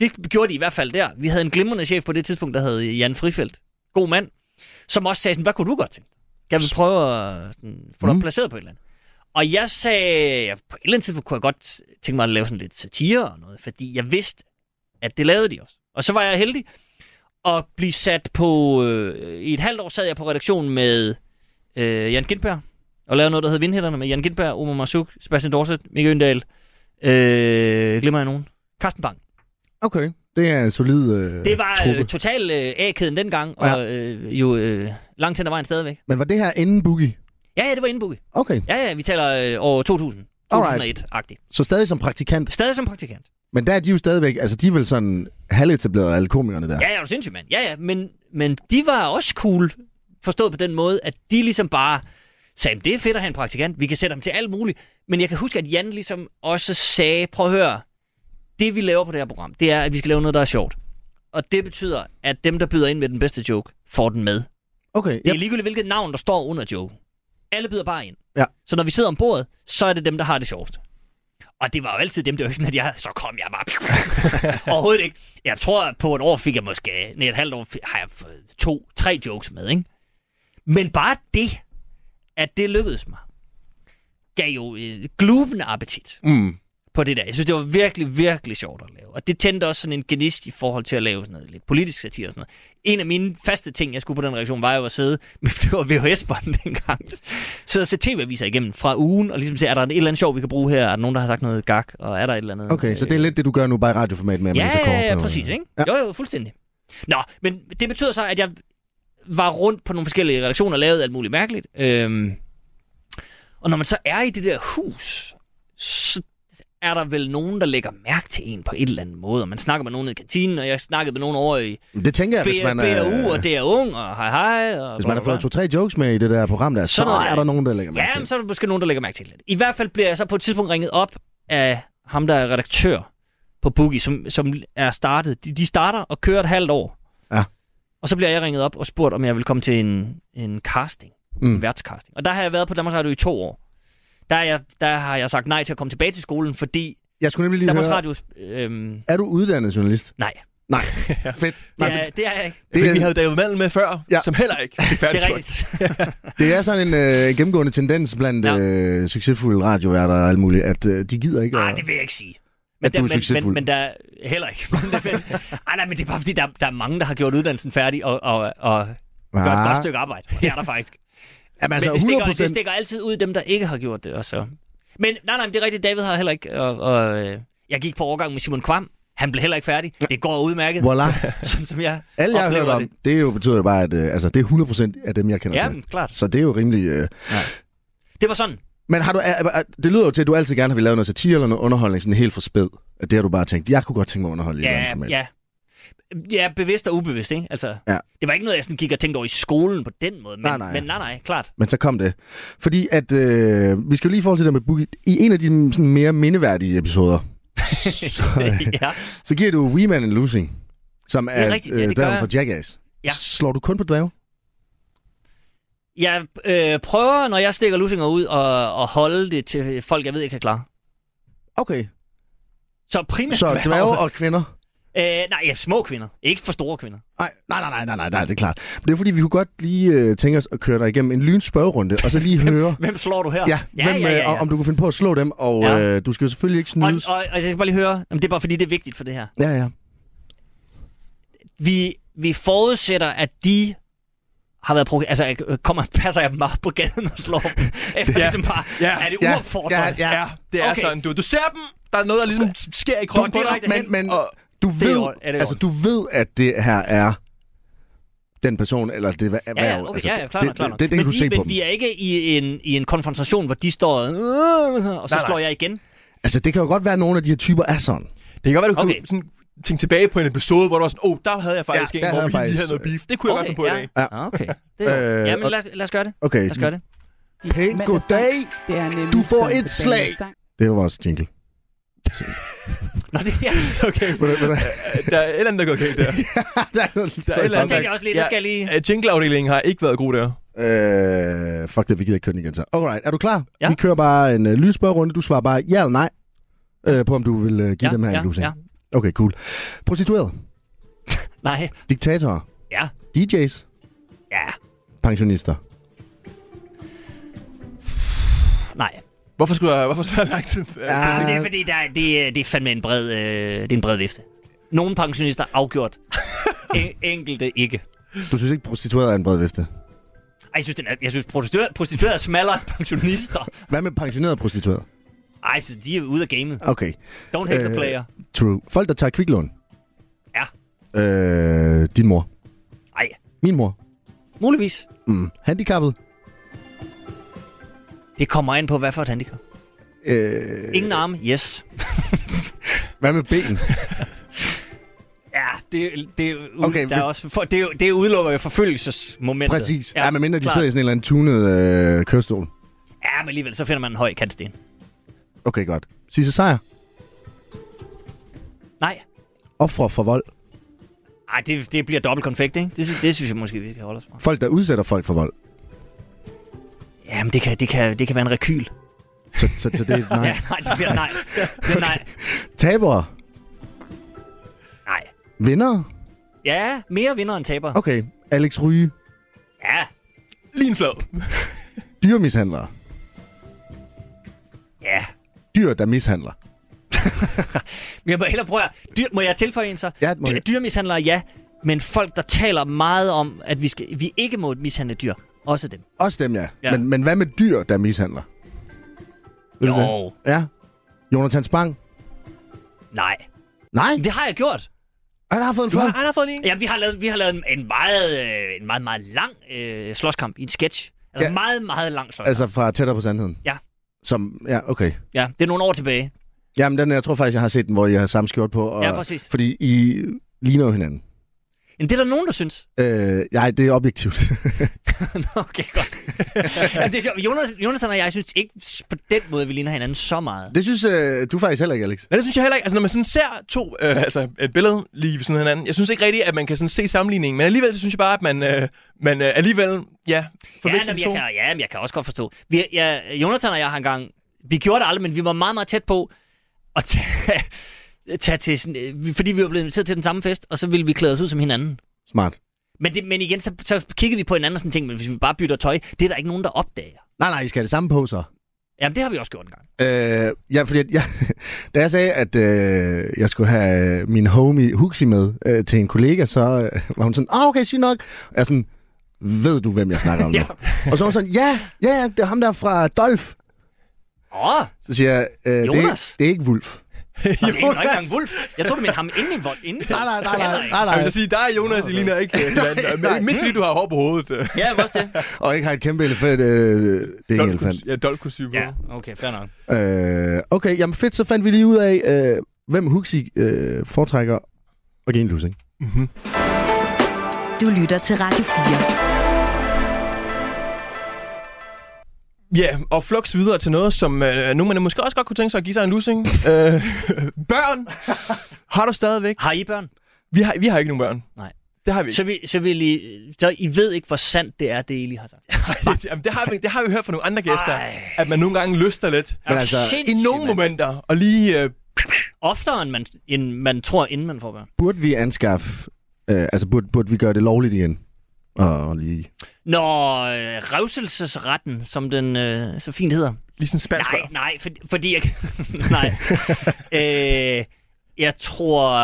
[SPEAKER 5] Det gjorde de i hvert fald der. Vi havde en glimrende chef på det tidspunkt, der hed Jan Frifeldt. God mand. Som også sagde sådan, hvad kunne du godt tænke? dig? Kan vi prøve at sådan, få dig
[SPEAKER 3] Mm.
[SPEAKER 5] placeret på et eller andet? Og jeg sagde, ja, på et eller andet tidspunkt kunne jeg godt tænke mig at lave sådan lidt satire og noget, fordi jeg vidste, at det lavede de også. Og så var jeg heldig at blive sat på... Øh, I et halvt år sad jeg på redaktion med øh, Jan Gindberg, og lavede noget, der hed Vindhælderne med Jan Gindberg, Omar Masuk, Sebastian Dorset, Mikke Øndal, øh, glemmer jeg nogen, Carsten Bang.
[SPEAKER 3] Okay, det er en solid øh,
[SPEAKER 5] Det var
[SPEAKER 3] truppe.
[SPEAKER 5] øh, total øh, A-kæden dengang, og
[SPEAKER 3] Ja.
[SPEAKER 5] øh, jo øh, langt hen ad vejen stadigvæk.
[SPEAKER 3] Men var det her inden Boogie?
[SPEAKER 5] Ja, ja, det var indbooket.
[SPEAKER 3] Okay,
[SPEAKER 5] Ja, ja, vi taler øh, år 2000.
[SPEAKER 3] Alright.
[SPEAKER 5] 2001-agtigt.
[SPEAKER 3] så stadig som praktikant.
[SPEAKER 5] Stadig som praktikant.
[SPEAKER 3] Men der er de jo stadigvæk, altså de er vel sådan halvetablerede alle komikerne der.
[SPEAKER 5] Ja, ja, er du sindssyg, mand. Ja, ja, men, men de var også cool, forstået på den måde, at de ligesom bare sagde, "Men det er fedt at have en praktikant, vi kan sætte ham til alt muligt. Men jeg kan huske, at Jan ligesom også sagde, prøv at høre, det vi laver på det her program, det er, at vi skal lave noget, der er sjovt. Og det betyder, at dem, der byder ind med den bedste joke, får den med.
[SPEAKER 3] Okay,
[SPEAKER 5] Det er
[SPEAKER 3] Øh, yep.
[SPEAKER 5] ligegyldigt, hvilket navn, der står under joken. Alle byder bare ind.
[SPEAKER 3] Ja.
[SPEAKER 5] Så når vi sidder om bordet, så er det dem, der har det sjovest. Og det var jo altid dem, det var ikke sådan, at jeg, så kom jeg bare.
[SPEAKER 3] <laughs>
[SPEAKER 5] Overhovedet ikke. Jeg tror, at på et år fik jeg måske, nej, et halvt år, fik- har jeg fået to, tre jokes med, ikke? Men bare det, at det lykkedes mig, gav jo øh, glubende appetit
[SPEAKER 3] mm.
[SPEAKER 5] på det der. Jeg synes, det var virkelig, virkelig sjovt at lave. Og det tændte også sådan en gnist i forhold til at lave sådan noget lidt politisk satire og sådan noget. En af mine faste ting, jeg skulle på den reaktion, var jo at sidde, <laughs> men det var VHS-bånd dengang, sidde og se tv-aviser igennem fra ugen, og ligesom se, er der et eller andet sjov, vi kan bruge her? Er der nogen, der har sagt noget gak? Og er der et eller andet?
[SPEAKER 3] okay, så det er lidt det, du gør nu bare i radioformat med, at man
[SPEAKER 5] Ja,
[SPEAKER 3] læser kort
[SPEAKER 5] ja, ja,
[SPEAKER 3] og-
[SPEAKER 5] præcis, ikke?
[SPEAKER 3] Ja.
[SPEAKER 5] Ja. Jo, jo, fuldstændig. Nå, men det betyder så, at jeg var rundt på nogle forskellige redaktioner og lavede alt muligt mærkeligt. Øhm, og når man så er i det der hus, så er der vel nogen, der lægger mærke til en på et eller andet måde. Og man snakker med nogen i kantinen, og jeg snakkede med nogen over i
[SPEAKER 3] Men Det tænker jeg, hvis man, er,
[SPEAKER 5] BRU, og det er ung, og hej hej. Og
[SPEAKER 3] hvis man har fået to-tre jokes med i det der program der, så
[SPEAKER 5] Sådan noget
[SPEAKER 3] er
[SPEAKER 5] der.
[SPEAKER 3] der nogen, der lægger mærke
[SPEAKER 5] Ja, men
[SPEAKER 3] til.
[SPEAKER 5] så er der måske nogen, der lægger mærke til det. I hvert fald bliver jeg så på et tidspunkt ringet op af ham, der er redaktør på Boogie, som, som er startet. De, de starter og kører et halvt år.
[SPEAKER 3] Ja.
[SPEAKER 5] Og så bliver jeg ringet op og spurgt, om jeg vil komme til en, en casting,
[SPEAKER 3] Mm.
[SPEAKER 5] en værtscasting. Og der har jeg været på Danmarks Radio i to år. Der, er jeg, der har jeg sagt nej til at komme tilbage til skolen, fordi
[SPEAKER 3] Jeg skulle nemlig lige
[SPEAKER 5] Danmarks
[SPEAKER 3] høre,
[SPEAKER 5] Radio... Øhm,
[SPEAKER 3] er du uddannet journalist?
[SPEAKER 5] nej,
[SPEAKER 3] Nej, fedt. Nej,
[SPEAKER 5] det er, det er jeg ikke.
[SPEAKER 4] Det,
[SPEAKER 3] det,
[SPEAKER 4] vi
[SPEAKER 3] er,
[SPEAKER 4] havde David Mandel med før,
[SPEAKER 3] Ja.
[SPEAKER 4] ja. som heller ikke fik
[SPEAKER 5] Det
[SPEAKER 4] færdig
[SPEAKER 5] er rigtigt.
[SPEAKER 3] det er sådan en øh, gennemgående tendens blandt
[SPEAKER 5] Ja.
[SPEAKER 3] øh, succesfulde radioværter og alt muligt, at øh, de gider ikke
[SPEAKER 5] Nej,
[SPEAKER 3] at...
[SPEAKER 5] Ah, det vil jeg ikke sige.
[SPEAKER 3] At
[SPEAKER 5] Men,
[SPEAKER 3] du er
[SPEAKER 5] der, men,
[SPEAKER 3] succesfuld.
[SPEAKER 5] men, men der heller ikke. <laughs> Men, men, ej, nej, men det er bare fordi, der, der er mange, der har gjort uddannelsen færdig og, og, og gør et godt stykke arbejde. Det er der faktisk.
[SPEAKER 3] Jamen, Ah. <laughs> altså,
[SPEAKER 5] men det stikker,
[SPEAKER 3] 100%...
[SPEAKER 5] det stikker altid ud i dem, der ikke har gjort det. Og så. Men nej, nej, men det er rigtigt. David har heller ikke. Og, og, øh, jeg gik på overgang med Simon Kvam. Han blev heller ikke færdig. Det går udmærket,
[SPEAKER 3] Voilà.
[SPEAKER 5] <laughs> sådan som jeg
[SPEAKER 3] Alle, jeg har
[SPEAKER 5] oplever
[SPEAKER 3] hørt om,
[SPEAKER 5] det.
[SPEAKER 3] det er jo, betyder jo bare, at øh, altså, det er 100% af dem, jeg kender
[SPEAKER 5] Ja,
[SPEAKER 3] til.
[SPEAKER 5] men klart.
[SPEAKER 3] Så det er jo rimelig... Øh...
[SPEAKER 5] Det var sådan.
[SPEAKER 3] Men har du, er, er, det lyder jo til, at du altid gerne har ville lave noget satire eller noget underholdning, sådan helt for spæd. At det har du bare tænkt, jeg kunne godt tænke mig at underholde i et eller andet
[SPEAKER 5] Ja,
[SPEAKER 3] format.
[SPEAKER 5] ja. Ja, bevidst og ubevidst, ikke? Altså,
[SPEAKER 3] Ja.
[SPEAKER 5] Det var ikke noget, jeg sådan gik og tænkte over i skolen på den måde. Men
[SPEAKER 3] Nej, nej.
[SPEAKER 5] men, nej, nej klart.
[SPEAKER 3] <laughs>
[SPEAKER 5] <laughs>
[SPEAKER 3] Men så kom det. Fordi at, øh, vi skal jo lige i forhold til det med Boogie. I en af dine sådan, mere mindeværdige
[SPEAKER 5] <laughs>
[SPEAKER 3] episoder, så, øh,
[SPEAKER 5] ja.
[SPEAKER 3] så giver du We Man and Losing, som er, øh,
[SPEAKER 5] er rigtigt, ja, det gør
[SPEAKER 3] dværgen
[SPEAKER 5] jeg.
[SPEAKER 3] fra Jackass.
[SPEAKER 5] Ja.
[SPEAKER 3] Slår du kun på dværge?
[SPEAKER 5] Jeg øh, prøver, når jeg stikker lusinger ud, og, og holde det til folk, jeg ved ikke kan klare.
[SPEAKER 3] Okay,
[SPEAKER 5] Så primært
[SPEAKER 3] så dværge og kvinder.
[SPEAKER 5] <laughs> Øh, nej, ja, små kvinder. Ikke for store kvinder.
[SPEAKER 3] Nej, nej, nej, nej, nej, nej, nej, det er klart. Men det er fordi, vi kunne godt lige øh, tænke os at køre dig igennem en lynspørgerunde, og så
[SPEAKER 5] <laughs>
[SPEAKER 3] lige høre,
[SPEAKER 5] Hvem slår du her?
[SPEAKER 3] ja,
[SPEAKER 5] ja,
[SPEAKER 3] hvem,
[SPEAKER 5] ja, ja,
[SPEAKER 3] øh,
[SPEAKER 5] ja.
[SPEAKER 3] om du kunne finde på at slå dem, og
[SPEAKER 5] Ja.
[SPEAKER 3] øh, du skal jo selvfølgelig ikke
[SPEAKER 5] Og,
[SPEAKER 3] snydes.
[SPEAKER 5] og, og jeg skal bare lige høre, jamen, det er bare fordi, det er vigtigt for det her.
[SPEAKER 3] Ja, ja.
[SPEAKER 5] Vi vi forudsætter, at de har været provokeret. Altså, øh, kommer, passer jeg dem bare på gaden og
[SPEAKER 3] <laughs>
[SPEAKER 5] slår dem? Efter,
[SPEAKER 4] Ja.
[SPEAKER 5] ja. ligesom bare,
[SPEAKER 4] Ja.
[SPEAKER 5] ja. Er det
[SPEAKER 3] Ja.
[SPEAKER 5] uopfordret?
[SPEAKER 3] Ja, ja.
[SPEAKER 4] Ja, det er okay.
[SPEAKER 5] Okay.
[SPEAKER 4] sådan, du. Du ser dem, der er noget, der ligesom sker i kroppen
[SPEAKER 5] Du-
[SPEAKER 4] på
[SPEAKER 5] det er
[SPEAKER 4] dig.
[SPEAKER 5] rigtigt.
[SPEAKER 3] Men, men
[SPEAKER 4] Og-
[SPEAKER 3] du,
[SPEAKER 5] er
[SPEAKER 3] ved,
[SPEAKER 5] jo- er det jo-
[SPEAKER 3] altså, du ved, at det her er den person, eller det er
[SPEAKER 5] Ja, ja, okay,
[SPEAKER 3] altså,
[SPEAKER 5] ja, ja, klar,
[SPEAKER 3] det,
[SPEAKER 5] nok, klar, nok.
[SPEAKER 3] det, det, det
[SPEAKER 5] men
[SPEAKER 3] kan du
[SPEAKER 5] de,
[SPEAKER 3] se
[SPEAKER 5] men
[SPEAKER 3] på dem.
[SPEAKER 5] vi er ikke i en, i en konfrontation, hvor de står, øh, og så
[SPEAKER 4] Nej, nej.
[SPEAKER 5] slår jeg igen.
[SPEAKER 3] Altså, det kan jo godt være, at nogle af de her typer er sådan.
[SPEAKER 4] Det kan godt være, du okay.
[SPEAKER 5] Okay.
[SPEAKER 4] kunne sådan, tænke tilbage på en episode, hvor du var sådan, åh, oh, der havde jeg faktisk
[SPEAKER 3] Ja,
[SPEAKER 4] ja,
[SPEAKER 3] der
[SPEAKER 4] en, hvor
[SPEAKER 3] havde
[SPEAKER 4] vi
[SPEAKER 3] jeg
[SPEAKER 4] faktisk... lige havde
[SPEAKER 3] faktisk-
[SPEAKER 4] noget beef. Det kunne okay, jeg godt finde på
[SPEAKER 5] ja.
[SPEAKER 4] i dag.
[SPEAKER 3] Ja.
[SPEAKER 5] Ah, okay. Det er,
[SPEAKER 3] Øh,
[SPEAKER 5] øh, jamen,
[SPEAKER 3] og-
[SPEAKER 5] lad, os- lad os gøre det.
[SPEAKER 3] Okay,
[SPEAKER 5] Lad os gøre det.
[SPEAKER 3] pænt goddag.
[SPEAKER 2] Det er nemlig
[SPEAKER 3] Du får
[SPEAKER 2] som
[SPEAKER 3] et
[SPEAKER 2] den
[SPEAKER 3] slag.
[SPEAKER 2] sang.
[SPEAKER 3] Det var vores
[SPEAKER 5] <laughs>
[SPEAKER 3] jingle.
[SPEAKER 5] Nå, det er
[SPEAKER 3] <laughs>
[SPEAKER 4] Okay,
[SPEAKER 3] Hvordan- hvordan-
[SPEAKER 4] der er et eller andet, der går galt der.
[SPEAKER 3] Der er noget,
[SPEAKER 4] Der er et eller
[SPEAKER 5] Jeg
[SPEAKER 4] andet,
[SPEAKER 5] tænkte jeg også lige, det skal jeg lige...
[SPEAKER 4] Øh, Jingle-afdelingen har ikke været god der.
[SPEAKER 3] Øh, fuck det, vi gider ikke køre den igen så. Alright, er du klar?
[SPEAKER 5] Ja.
[SPEAKER 3] Vi kører bare en uh, lydspørgerunde. Du svarer bare ja eller nej øh, på, om du vil uh, give dem her en lusing.
[SPEAKER 5] ja.
[SPEAKER 3] Okay, cool. Prostituerede,
[SPEAKER 5] Nej,
[SPEAKER 3] diktatorer,
[SPEAKER 5] ja,
[SPEAKER 3] DJ's,
[SPEAKER 5] ja,
[SPEAKER 3] pensionister.
[SPEAKER 5] nej.
[SPEAKER 4] Hvorfor skulle jeg, hvorfor så <laughs> lang tid? Ja.
[SPEAKER 5] Så det
[SPEAKER 3] Ah,
[SPEAKER 5] er fordi, der, er- det, er- det er fandme en bred, øh, det er en bred vifte. Nogle pensionister
[SPEAKER 3] <laughs>
[SPEAKER 5] afgjort. En, enkelte ikke.
[SPEAKER 3] du synes ikke, prostituerede er en bred vifte?
[SPEAKER 5] Ej, jeg synes, den er, jeg synes prostituer, prostituerede er smallere end pensionister.
[SPEAKER 3] Hvad med pensionerede prostituerede?
[SPEAKER 5] Ej, så de er ude af gamet.
[SPEAKER 3] Okay,
[SPEAKER 5] Don't hate the
[SPEAKER 3] Øh.
[SPEAKER 5] player.
[SPEAKER 3] true. Folk, der tager kviklån.
[SPEAKER 5] Ja.
[SPEAKER 3] Øh, din mor.
[SPEAKER 5] Ej,
[SPEAKER 3] Min mor.
[SPEAKER 5] muligvis.
[SPEAKER 3] Mm. Handicappet.
[SPEAKER 5] Det kommer an på, hvad for et handicap.
[SPEAKER 3] Øh,
[SPEAKER 5] Ingen arme, yes.
[SPEAKER 3] hvad med
[SPEAKER 5] <laughs>
[SPEAKER 3] ben?
[SPEAKER 5] Ja, det, det, u-
[SPEAKER 3] Okay,
[SPEAKER 5] okay, der
[SPEAKER 3] hvis-
[SPEAKER 5] er også for, det, er jo- det udelukker jo forfølgelsesmomentet.
[SPEAKER 3] Præcis. Ja, ja medmindre de
[SPEAKER 5] klart.
[SPEAKER 3] sidder i sådan en eller anden tunet øh, kørestol.
[SPEAKER 5] Ja, men alligevel, så finder man en høj kantsten.
[SPEAKER 3] Okay, godt. Sisse Sejr.
[SPEAKER 5] Nej,
[SPEAKER 3] Ofre for vold.
[SPEAKER 5] Ej, det, det bliver dobbelt konfekt, ikke? Det, sy- det synes jeg måske, vi skal holde os fra.
[SPEAKER 3] Folk, der udsætter folk for vold.
[SPEAKER 5] Jamen, det kan, det kan, det kan være en rekyl.
[SPEAKER 3] Så, så, så
[SPEAKER 5] <laughs>
[SPEAKER 3] det er nej.
[SPEAKER 5] Ja, nej, det bliver nej. Det bliver nej.
[SPEAKER 3] Tabere.
[SPEAKER 5] Nej.
[SPEAKER 3] Vinder.
[SPEAKER 5] Ja, mere vinder end taber.
[SPEAKER 3] Okay. Alex Ryge.
[SPEAKER 5] Ja,
[SPEAKER 4] Lige en flad.
[SPEAKER 3] Dyrmishandlere.
[SPEAKER 5] ja.
[SPEAKER 3] Dyr, der mishandler.
[SPEAKER 5] Men jeg må hellere prøve at... Dyr, må jeg tilføje en så?
[SPEAKER 3] Ja, det må
[SPEAKER 5] Dyr-
[SPEAKER 3] jeg.
[SPEAKER 5] Dyremishandlere, ja. Men folk, der taler meget om, at vi, skal, vi ikke må mishandle dyr. Også dem.
[SPEAKER 3] Også dem, ja. ja.
[SPEAKER 5] Ja.
[SPEAKER 3] Men, men hvad med dyr, der mishandler? Ved du det? Ja. Jonathan Spang.
[SPEAKER 5] Nej.
[SPEAKER 3] Nej,
[SPEAKER 5] Det har jeg gjort.
[SPEAKER 3] han har fået en flot.
[SPEAKER 4] han har fået en.
[SPEAKER 5] Ja, vi har lavet, vi har lavet en, en, meget, øh, en meget, meget lang øh, slåskamp i en sketch. Altså
[SPEAKER 3] Ja.
[SPEAKER 5] ja. meget, meget lang slåskamp. Altså,
[SPEAKER 3] Altså fra tættere på sandheden.
[SPEAKER 5] Ja.
[SPEAKER 3] Som, ja, okay.
[SPEAKER 5] ja, det er nogle år tilbage.
[SPEAKER 3] Jamen, den, jeg tror faktisk, jeg har set den, hvor jeg har samme skjort på. Og,
[SPEAKER 5] Ja, præcis.
[SPEAKER 3] Fordi I ligner jo hinanden.
[SPEAKER 5] Men det er der nogen, der
[SPEAKER 3] <laughs>
[SPEAKER 5] synes.
[SPEAKER 3] Øh, nej, det er objektivt. <laughs>
[SPEAKER 5] Okay, godt. <laughs> Jamen, det er sjovt. Jonas, Jonathan og jeg synes ikke på den måde, vi ligner hinanden så meget.
[SPEAKER 3] det synes øh, du faktisk heller ikke, Alex.
[SPEAKER 4] Men det synes jeg heller ikke. Altså, når man sådan ser to, øh, altså et billede lige ved siden af hinanden, jeg synes ikke rigtigt, at man kan sådan se sammenligningen. Men alligevel, så synes jeg bare, at man, øh, man øh, alligevel, ja,
[SPEAKER 5] ja,
[SPEAKER 4] forveksler
[SPEAKER 5] jamen,
[SPEAKER 4] de
[SPEAKER 5] jeg
[SPEAKER 4] to.
[SPEAKER 5] kan, ja, men jeg kan også godt forstå. Vi, ja, Jonathan og jeg har engang... Vi gjorde det aldrig, men vi var meget, meget tæt på at tage, tage <laughs> til... Sådan, øh, vi- fordi vi var blevet inviteret til den samme fest, og så ville vi klæde os ud som hinanden.
[SPEAKER 3] Smart.
[SPEAKER 5] Men, det, men igen, så, så kiggede vi på hinanden og sådan tænkte, men hvis vi bare bytter tøj, det er der ikke nogen, der opdager.
[SPEAKER 3] Nej, nej, I skal have det samme på, så.
[SPEAKER 5] Jamen, det har vi også gjort en gang.
[SPEAKER 3] Øh, ja, fordi at jeg, <laughs> da jeg sagde, at øh, jeg skulle have øh, min homie Huxi med øh, til en kollega, så øh, var hun sådan, ah, okay, syg nok. Og jeg er sådan, ved du, hvem jeg
[SPEAKER 4] <laughs>
[SPEAKER 3] snakker om nu?
[SPEAKER 5] Ja.
[SPEAKER 3] Og så var hun sådan, ja, ja, ja, det er ham der fra Dolf.
[SPEAKER 5] Åh, oh,
[SPEAKER 3] Så siger jeg, øh, det, er,
[SPEAKER 5] Jonas?
[SPEAKER 3] ikke- det er ikke
[SPEAKER 4] <laughs>
[SPEAKER 3] Wulf.
[SPEAKER 5] det er ikke engang Wolf. Jeg troede, du mente ham inde i vold. Inde i
[SPEAKER 3] Nej, nej, nej,
[SPEAKER 5] Heller
[SPEAKER 3] nej,
[SPEAKER 5] ikke.
[SPEAKER 3] nej,
[SPEAKER 4] Jeg vil
[SPEAKER 3] nej.
[SPEAKER 4] så sige, dig og Jonas, I ligner ikke øh, hinanden. Og
[SPEAKER 3] nej.
[SPEAKER 4] Mest fordi du har hår på hovedet. øh.
[SPEAKER 5] Ja, det var også det.
[SPEAKER 3] Og ikke har et kæmpe elefant. Øh, det er ikke en elefant.
[SPEAKER 4] Dolph- Ja, dolpkostyme på.
[SPEAKER 5] Ja, okay, fair nok.
[SPEAKER 3] Øh, okay, jamen fedt, så fandt vi lige ud af, øh, hvem Huxi øh, foretrækker at give en lussing.
[SPEAKER 1] Du lytter til Radio 4.
[SPEAKER 4] Ja, og flux videre til noget, som øh, nu man måske også godt kunne tænke sig at give sig en lussing. øh, <laughs> børn har du stadigvæk.
[SPEAKER 5] Har I børn?
[SPEAKER 4] Vi har, vi har ikke nogen børn.
[SPEAKER 5] Nej.
[SPEAKER 4] Det har vi ikke.
[SPEAKER 5] Så, vi, så, vil I, så I ved ikke, hvor sandt det er, det I lige har sagt.
[SPEAKER 4] Jamen, det, har vi, det har vi hørt fra nogle andre gæster, Ej.
[SPEAKER 5] Ej.
[SPEAKER 4] at man nogle gange lyster lidt.
[SPEAKER 5] Men
[SPEAKER 3] altså,
[SPEAKER 4] I nogle momenter, og lige... Øh,
[SPEAKER 5] Oftere, end man, end man tror, inden man får børn.
[SPEAKER 3] Burde vi anskaffe, øh, altså burde, burde vi gøre det lovligt igen? Og lige...
[SPEAKER 5] Når øh, revselsesretten, som den øh, så fint hedder.
[SPEAKER 4] lige sådan spansk
[SPEAKER 5] Nej, nej, for, fordi jeg... <laughs> nej. øh, jeg tror...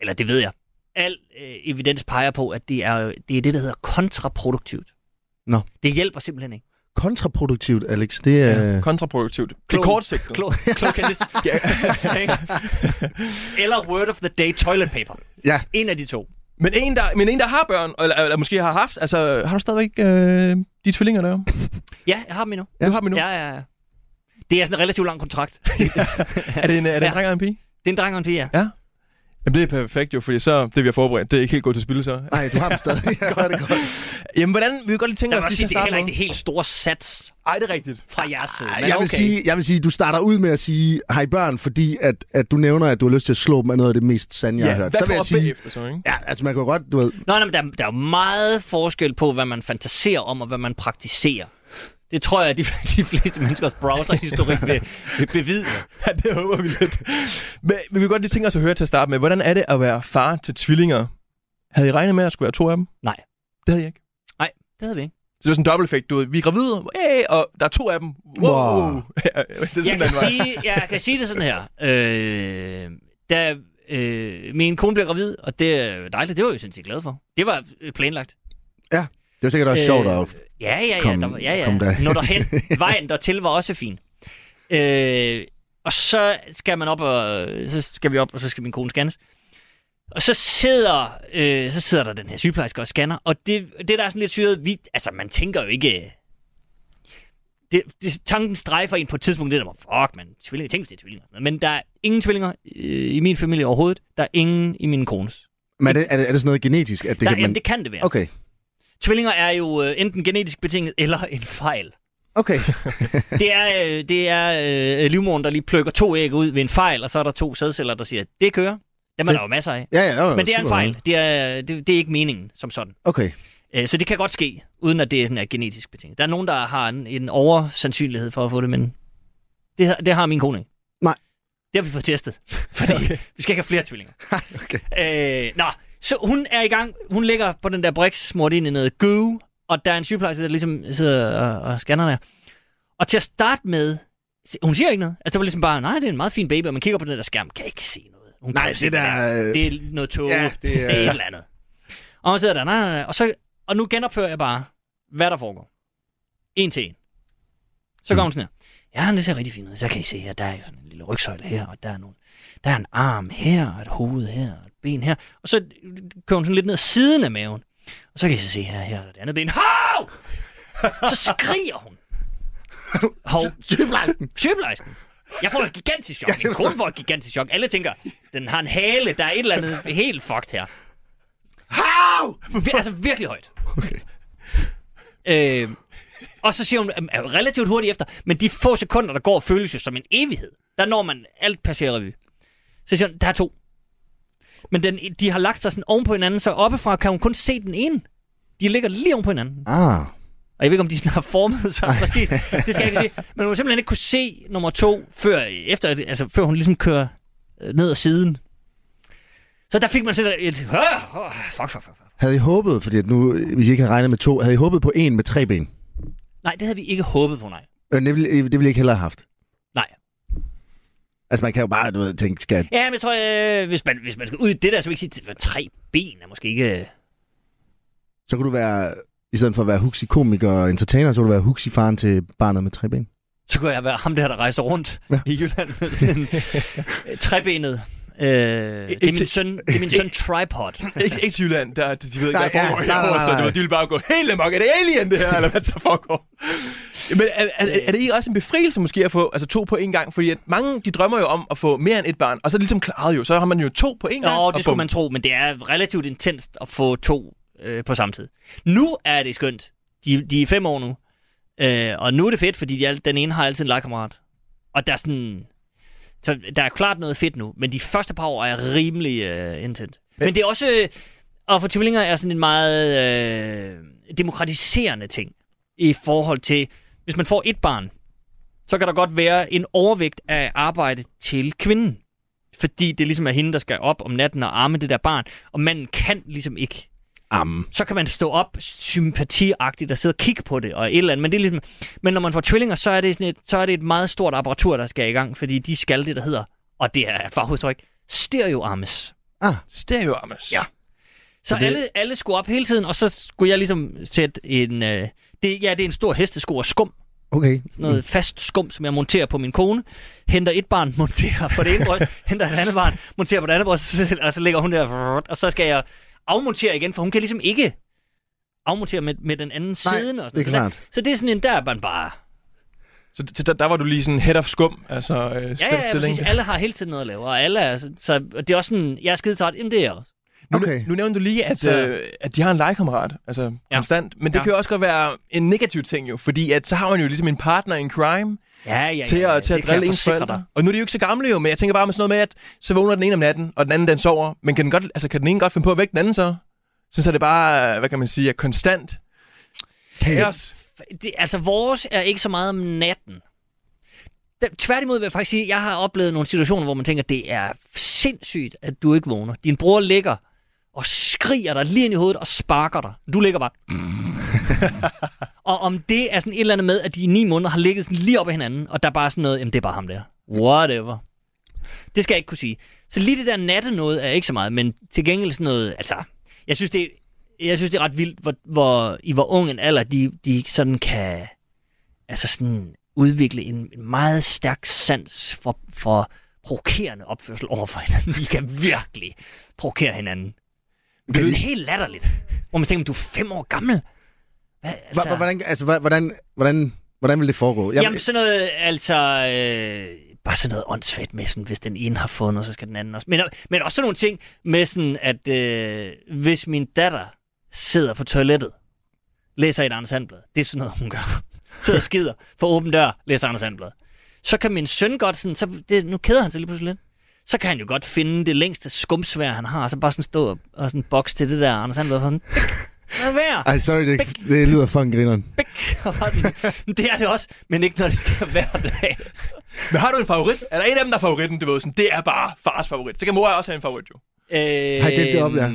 [SPEAKER 5] Eller det ved jeg. al øh, evidens peger på, at det er, det er det, der hedder kontraproduktivt.
[SPEAKER 3] Nå.
[SPEAKER 5] Det hjælper simpelthen ikke.
[SPEAKER 3] Kontraproduktivt, Alex. Det er... Ja,
[SPEAKER 4] kontraproduktivt. Det er
[SPEAKER 5] Klog-
[SPEAKER 4] kortsigtet.
[SPEAKER 5] Klog, klog kan det... <laughs> Eller word of the day toilet paper.
[SPEAKER 3] ja.
[SPEAKER 5] En af de to.
[SPEAKER 4] Men en, der, men en, der har børn, eller, eller måske har haft, altså har du stadigvæk øh, de tvillinger der?
[SPEAKER 5] Ja, jeg har dem endnu.
[SPEAKER 4] Ja. Du har dem nu.
[SPEAKER 5] Ja, ja, ja. Det er sådan en relativt lang kontrakt.
[SPEAKER 4] Er det en, er det en
[SPEAKER 5] Ja.
[SPEAKER 4] dreng og en pige?
[SPEAKER 5] Det er en dreng og en pige, ja.
[SPEAKER 4] Jamen, det er perfekt jo, fordi så det, vi har forberedt, det er ikke helt gået til spil så.
[SPEAKER 3] Nej, du har dem
[SPEAKER 5] <laughs>
[SPEAKER 3] stadig. ja, hvor er det godt.
[SPEAKER 4] Jamen, hvordan vi kan godt lige tænke
[SPEAKER 5] Jeg
[SPEAKER 4] os
[SPEAKER 5] vil også
[SPEAKER 4] lige
[SPEAKER 5] sige,
[SPEAKER 4] til
[SPEAKER 5] det er
[SPEAKER 4] at
[SPEAKER 5] heller
[SPEAKER 4] starte
[SPEAKER 5] ikke
[SPEAKER 4] med.
[SPEAKER 5] det helt store sats
[SPEAKER 4] Ej, det er rigtigt.
[SPEAKER 5] fra jeres side.
[SPEAKER 3] Ej,
[SPEAKER 5] men
[SPEAKER 3] jeg, vil
[SPEAKER 5] okay.
[SPEAKER 3] sige, jeg vil sige, du starter ud med at sige, har I børn, fordi at, at du nævner, at du har lyst til at slå dem af noget af det mest sande, jeg har hørt. Så vil jeg sige,
[SPEAKER 4] efter, så, ikke?
[SPEAKER 3] ja, altså man kan jo godt, du ved,
[SPEAKER 5] Nå, nej, men der, der er jo meget forskel på, hvad man fantaserer om, og hvad man praktiserer. Det tror jeg, at de, <laughs> de fleste menneskers browserhistorik vil, vil bevidne.
[SPEAKER 4] <laughs> Ja, det håber vi lidt. Men, men vi kan godt lige tænke os at høre til at starte med, hvordan er det at være far til tvillinger? Havde I regnet med, at der skulle være to af dem?
[SPEAKER 5] Nej.
[SPEAKER 4] Det havde jeg ikke.
[SPEAKER 5] Nej, det havde vi ikke.
[SPEAKER 4] Så det var sådan en dobbelt effekt, du ved. Vi er gravide, hey, og der er to af dem. Wow.
[SPEAKER 3] Wow.
[SPEAKER 4] <laughs> Ja, det er sådan,
[SPEAKER 5] Jeg kan,
[SPEAKER 4] den var.
[SPEAKER 5] sige, jeg kan sige det sådan her. Øh, da øh, min kone blev gravid, og det er dejligt, det var jeg jo sindssygt glad for. Det var øh, planlagt.
[SPEAKER 3] det er sikkert også øh, sjovt at...
[SPEAKER 5] Ja, ja, ja.
[SPEAKER 3] Kom-
[SPEAKER 5] der, var- ja, ja.
[SPEAKER 3] kom derhen.
[SPEAKER 5] Nå derhen. Vejen dertil var også fin. Øh, og så skal man op og så skal vi op og så skal min kone scannes. Og så sidder øh, så sidder der den her sygeplejerske og scanner, og det det der er sådan lidt syret, vi altså man tænker jo ikke øh, det, det, tanken strejfer en på et tidspunkt, det der, var, fuck man, tvillinger, tænk hvis det er tvillinger. Men der er ingen tvillinger øh, i min familie overhovedet, der er ingen i min kones.
[SPEAKER 3] Men er det, er det, er det sådan noget genetisk, at det
[SPEAKER 5] Det der,
[SPEAKER 3] kan
[SPEAKER 5] jamen,
[SPEAKER 3] man...
[SPEAKER 5] det kan det være. Okay.
[SPEAKER 3] Okay,
[SPEAKER 5] Tvillinger er jo øh, enten genetisk betinget eller en fejl.
[SPEAKER 3] okay.
[SPEAKER 5] Det er, øh, det er øh, livmoren, der lige plukker to æg ud ved en fejl, og så er der to sædceller, der siger, det kører. Dem er der jo masser af.
[SPEAKER 3] Ja, ja, jo,
[SPEAKER 5] <laughs> Men det er en
[SPEAKER 3] super.
[SPEAKER 5] fejl. Det er, det, det er ikke meningen som sådan.
[SPEAKER 3] Okay,
[SPEAKER 5] Øh, Så det kan godt ske, uden at det er sådan er genetisk betinget. Der er nogen, der har en, en oversandsynlighed for at få det, men det, har- det har min kone ikke.
[SPEAKER 3] Nej.
[SPEAKER 5] Det har vi fået testet, <laughs> fordi okay. vi skal ikke have flere tvillinger.
[SPEAKER 3] okay.
[SPEAKER 5] Øh, nå, så hun er i gang. Hun ligger på den der brix, smurt ind i noget goo, og der er en sygeplejerske, der ligesom sidder og, og scanner der. Og til at starte med, hun siger ikke noget. Altså, det var ligesom bare, nej, det er en meget fin baby, og man kigger på den der skærm, kan ikke se noget. Hun
[SPEAKER 3] Nej,
[SPEAKER 5] kan jo
[SPEAKER 3] det
[SPEAKER 5] se, hvad
[SPEAKER 3] der,
[SPEAKER 5] det er.
[SPEAKER 3] øh,
[SPEAKER 5] Det er noget tog,
[SPEAKER 3] ja,
[SPEAKER 5] ja,
[SPEAKER 3] det
[SPEAKER 5] det,
[SPEAKER 3] er-
[SPEAKER 5] det er et eller andet. Og man sidder der, nej, nej, nej. Og, så, og nu genopfører jeg bare, hvad der foregår. En til en. Så går hun sådan her. Ja, men det ser rigtig fint ud. Så kan I se her, der er jo sådan en lille rygsøjle her, og der er, nogle, der er en arm her, og et hoved her, og et ben her. Og så kører hun sådan lidt ned ad siden af maven. Og så kan I så se her, her så er det andet ben. Hov! Så skriger hun. Hov. Sygeplejersken. Sygeplejersken. Jeg får et gigantisk chok. Min kone får et gigantisk chok. Alle tænker, den har en hale. Der er et eller andet helt fucked her.
[SPEAKER 3] How?
[SPEAKER 5] Vi, altså virkelig højt. Okay. Øh, og så siger hun øhm, relativt hurtigt efter, men de få sekunder, der går, føles jo som en evighed. Der når man alt passerer revy. Så siger hun, der er to. Men den, de har lagt sig sådan oven på hinanden, så oppefra kan hun kun se den ene. De ligger lige oven på hinanden.
[SPEAKER 3] Ah,
[SPEAKER 5] Og jeg ved ikke, om de sådan har formet sig præcis. Det skal jeg ikke sige. Men hun har simpelthen ikke kunne se nummer to, før, efter, altså, før hun ligesom kører øh, ned ad siden. Så der fik man sådan et... et "Åh, åh, fuck, fuck, fuck, fuck.
[SPEAKER 3] havde I håbet, fordi at nu, hvis I ikke havde regnet med to, havde I håbet på en med tre ben?
[SPEAKER 5] Nej, det havde vi ikke håbet på, nej.
[SPEAKER 3] Øh, Det ville, det ville I ikke hellere have haft.
[SPEAKER 5] Nej.
[SPEAKER 3] Altså, man kan jo bare, du ved, tænke, skal
[SPEAKER 5] Ja, men jeg tror, øh, hvis, man, hvis man skal ud i det der, så vil jeg ikke sige, at tre ben er måske ikke... øh,
[SPEAKER 3] Så kunne du være, i stedet for at være huxi komiker og entertainer, så kunne du være huxi faren til barnet med tre ben.
[SPEAKER 5] Så kunne jeg være ham der, der rejser rundt
[SPEAKER 3] Ja.
[SPEAKER 5] ja. i Jylland med sådan en øh, trebenet. Øh, det er min søn, det er min søn tripod.
[SPEAKER 4] Ikke, ikke til Jylland, der, de, de ved ikke,
[SPEAKER 3] Nej,
[SPEAKER 4] hvad der
[SPEAKER 3] ja,
[SPEAKER 4] foregår
[SPEAKER 3] nej, nej,
[SPEAKER 4] herovre, så
[SPEAKER 3] nej.
[SPEAKER 4] du ved, de vil bare gå helt amok. Er det alien, det her, eller hvad der foregår? Men er, er, er, er det ikke også en befrielse måske at få altså, to på én gang? Fordi at mange, de drømmer jo om at få mere end et barn, og så er det ligesom klaret jo. Så har man jo to på én gang.
[SPEAKER 5] Nå,
[SPEAKER 4] og
[SPEAKER 5] det skulle
[SPEAKER 4] bum.
[SPEAKER 5] man tro, men det er relativt intenst at få to øh, på samme tid. Nu er det skønt. De, de er fem år nu. Øh, og nu er det fedt, fordi de, al- den ene har altid en lagkammerat. Og der er sådan... Så der er klart noget fedt nu, men de første par år er rimelig øh, intent. Men det er også... Øh, og for tvillinger er sådan en meget øh, demokratiserende ting i forhold til, hvis man får et barn, så kan der godt være en overvægt af arbejde til kvinden fordi det ligesom er hende, der skal op om natten og arme det der barn, og manden kan ligesom ikke.
[SPEAKER 3] Am.
[SPEAKER 5] Så kan man stå op sympatiagtigt og sidde og kigge på det og et eller andet, men det er ligesom, men når man får tvillinger, så er det, sådan et, så er det et meget stort apparatur, der skal i gang, fordi de skal det, der hedder, og det er et fagudtryk, stereoarmes.
[SPEAKER 4] Stereo, Anders.
[SPEAKER 5] Ja. Så
[SPEAKER 3] Og det-
[SPEAKER 5] det... alle, alle skulle op hele tiden, og så skulle jeg ligesom sætte en... Øh, det, ja, det er en stor hestesko og skum.
[SPEAKER 3] Okay.
[SPEAKER 5] Sådan
[SPEAKER 4] Mm.
[SPEAKER 5] noget fast skum, som jeg monterer på min kone. Henter et barn, <laughs> monterer på det ene bryst. henter et andet barn, monterer på det andet bryst. Og så ligger hun der... Og så skal jeg afmontere igen, for hun kan ligesom ikke afmontere med, med den anden
[SPEAKER 3] Mm. Nej,
[SPEAKER 5] side. Og sådan
[SPEAKER 3] det er
[SPEAKER 5] noget. Så der-
[SPEAKER 3] klart.
[SPEAKER 5] Så det er sådan en, der er man bare...
[SPEAKER 4] Så d- der, der var du lige sådan head of skum, altså øh, ja,
[SPEAKER 5] Ja, ja, ja, præcis.
[SPEAKER 4] <laughs>
[SPEAKER 5] Alle har hele tiden noget at lave, og alle er... Så, så og det er også sådan... Jeg er skide træt. Jamen, det er jeg også.
[SPEAKER 3] Okay.
[SPEAKER 4] Nu, nu nævnte du lige, at,
[SPEAKER 5] Så-
[SPEAKER 4] øh, at de har en legekammerat, altså ja.
[SPEAKER 5] Ja.
[SPEAKER 4] konstant. Men det ja.
[SPEAKER 5] Ja.
[SPEAKER 4] kan jo også godt være en negativ ting jo, fordi at, så har man jo ligesom en partner in crime
[SPEAKER 5] Ja, ja, ja.
[SPEAKER 4] til
[SPEAKER 5] ja,
[SPEAKER 4] at, til
[SPEAKER 5] det
[SPEAKER 4] at
[SPEAKER 5] kan jeg
[SPEAKER 4] drille ens
[SPEAKER 5] forsikre
[SPEAKER 4] forældre.
[SPEAKER 5] dig.
[SPEAKER 4] Og nu er de jo ikke så gamle jo, men jeg tænker bare med sådan noget med, at så vågner den ene om natten, og den anden den sover. Men kan den, godt, altså, kan den ene godt finde på at vække den anden så? Så så er det bare, øh, hvad kan man sige, er konstant kaos.
[SPEAKER 5] det, altså vores er ikke så meget om natten. Da- Tværtimod vil jeg faktisk sige, at jeg har oplevet nogle situationer, hvor man tænker, det er sindssygt, at du ikke vågner. Din bror ligger og skriger dig lige ind i hovedet og sparker dig. Du ligger bare... og om det er sådan et eller andet med, at de i ni måneder har ligget sådan lige op ad hinanden, og der er bare sådan noget, jamen det er bare ham der. Whatever. Det skal jeg ikke kunne sige. Så lige det der natte noget er ikke så meget, men til gengæld sådan noget, altså, jeg synes det, jeg synes det er ret vildt, hvor, hvor i hvor ung en alder, de, de sådan kan, altså sådan udvikle en, en meget stærk sans for, for provokerende opførsel over for hinanden. De kan virkelig provokere hinanden. Det er sådan helt latterligt. Hvor man tænker, "Men du er fem år gammel. Hvad,
[SPEAKER 3] Hva- hva- Hvordan, altså, hva- hvordan, hvordan, hvordan vil det foregå? Jeg,
[SPEAKER 5] Jamen, Jamen sådan noget, altså... Øh, bare sådan noget åndssvagt med, sådan, hvis den ene har fået noget, så skal den anden også. Men, øh, men også sådan nogle ting med sådan, at øh, hvis min datter sidder på toilettet, læser et Anders Sandblad. Det er sådan noget, hun gør. <laughs> Sidder og skider for åben dør, læser Anders Sandblad. Så kan min søn godt sådan, så det, nu keder han sig lige pludselig lidt. Så kan han jo godt finde det længste skumsvær, han har, og så bare sådan stå og, og sådan boks til det der Anders Sandblad. for Sådan, <laughs> Lad være!
[SPEAKER 3] Ej, sorry, det, det lyder fucking grineren.
[SPEAKER 5] <laughs> Og bare sådan, "Men det er det også, men ikke når det skal hver dag.
[SPEAKER 4] Men har du en favorit? Er der en af dem, der er favoritten, du ved? Sådan, det er bare fars favorit. Så kan mor også have en favorit, jo.
[SPEAKER 5] Øh,
[SPEAKER 3] Har I delt det op, ja?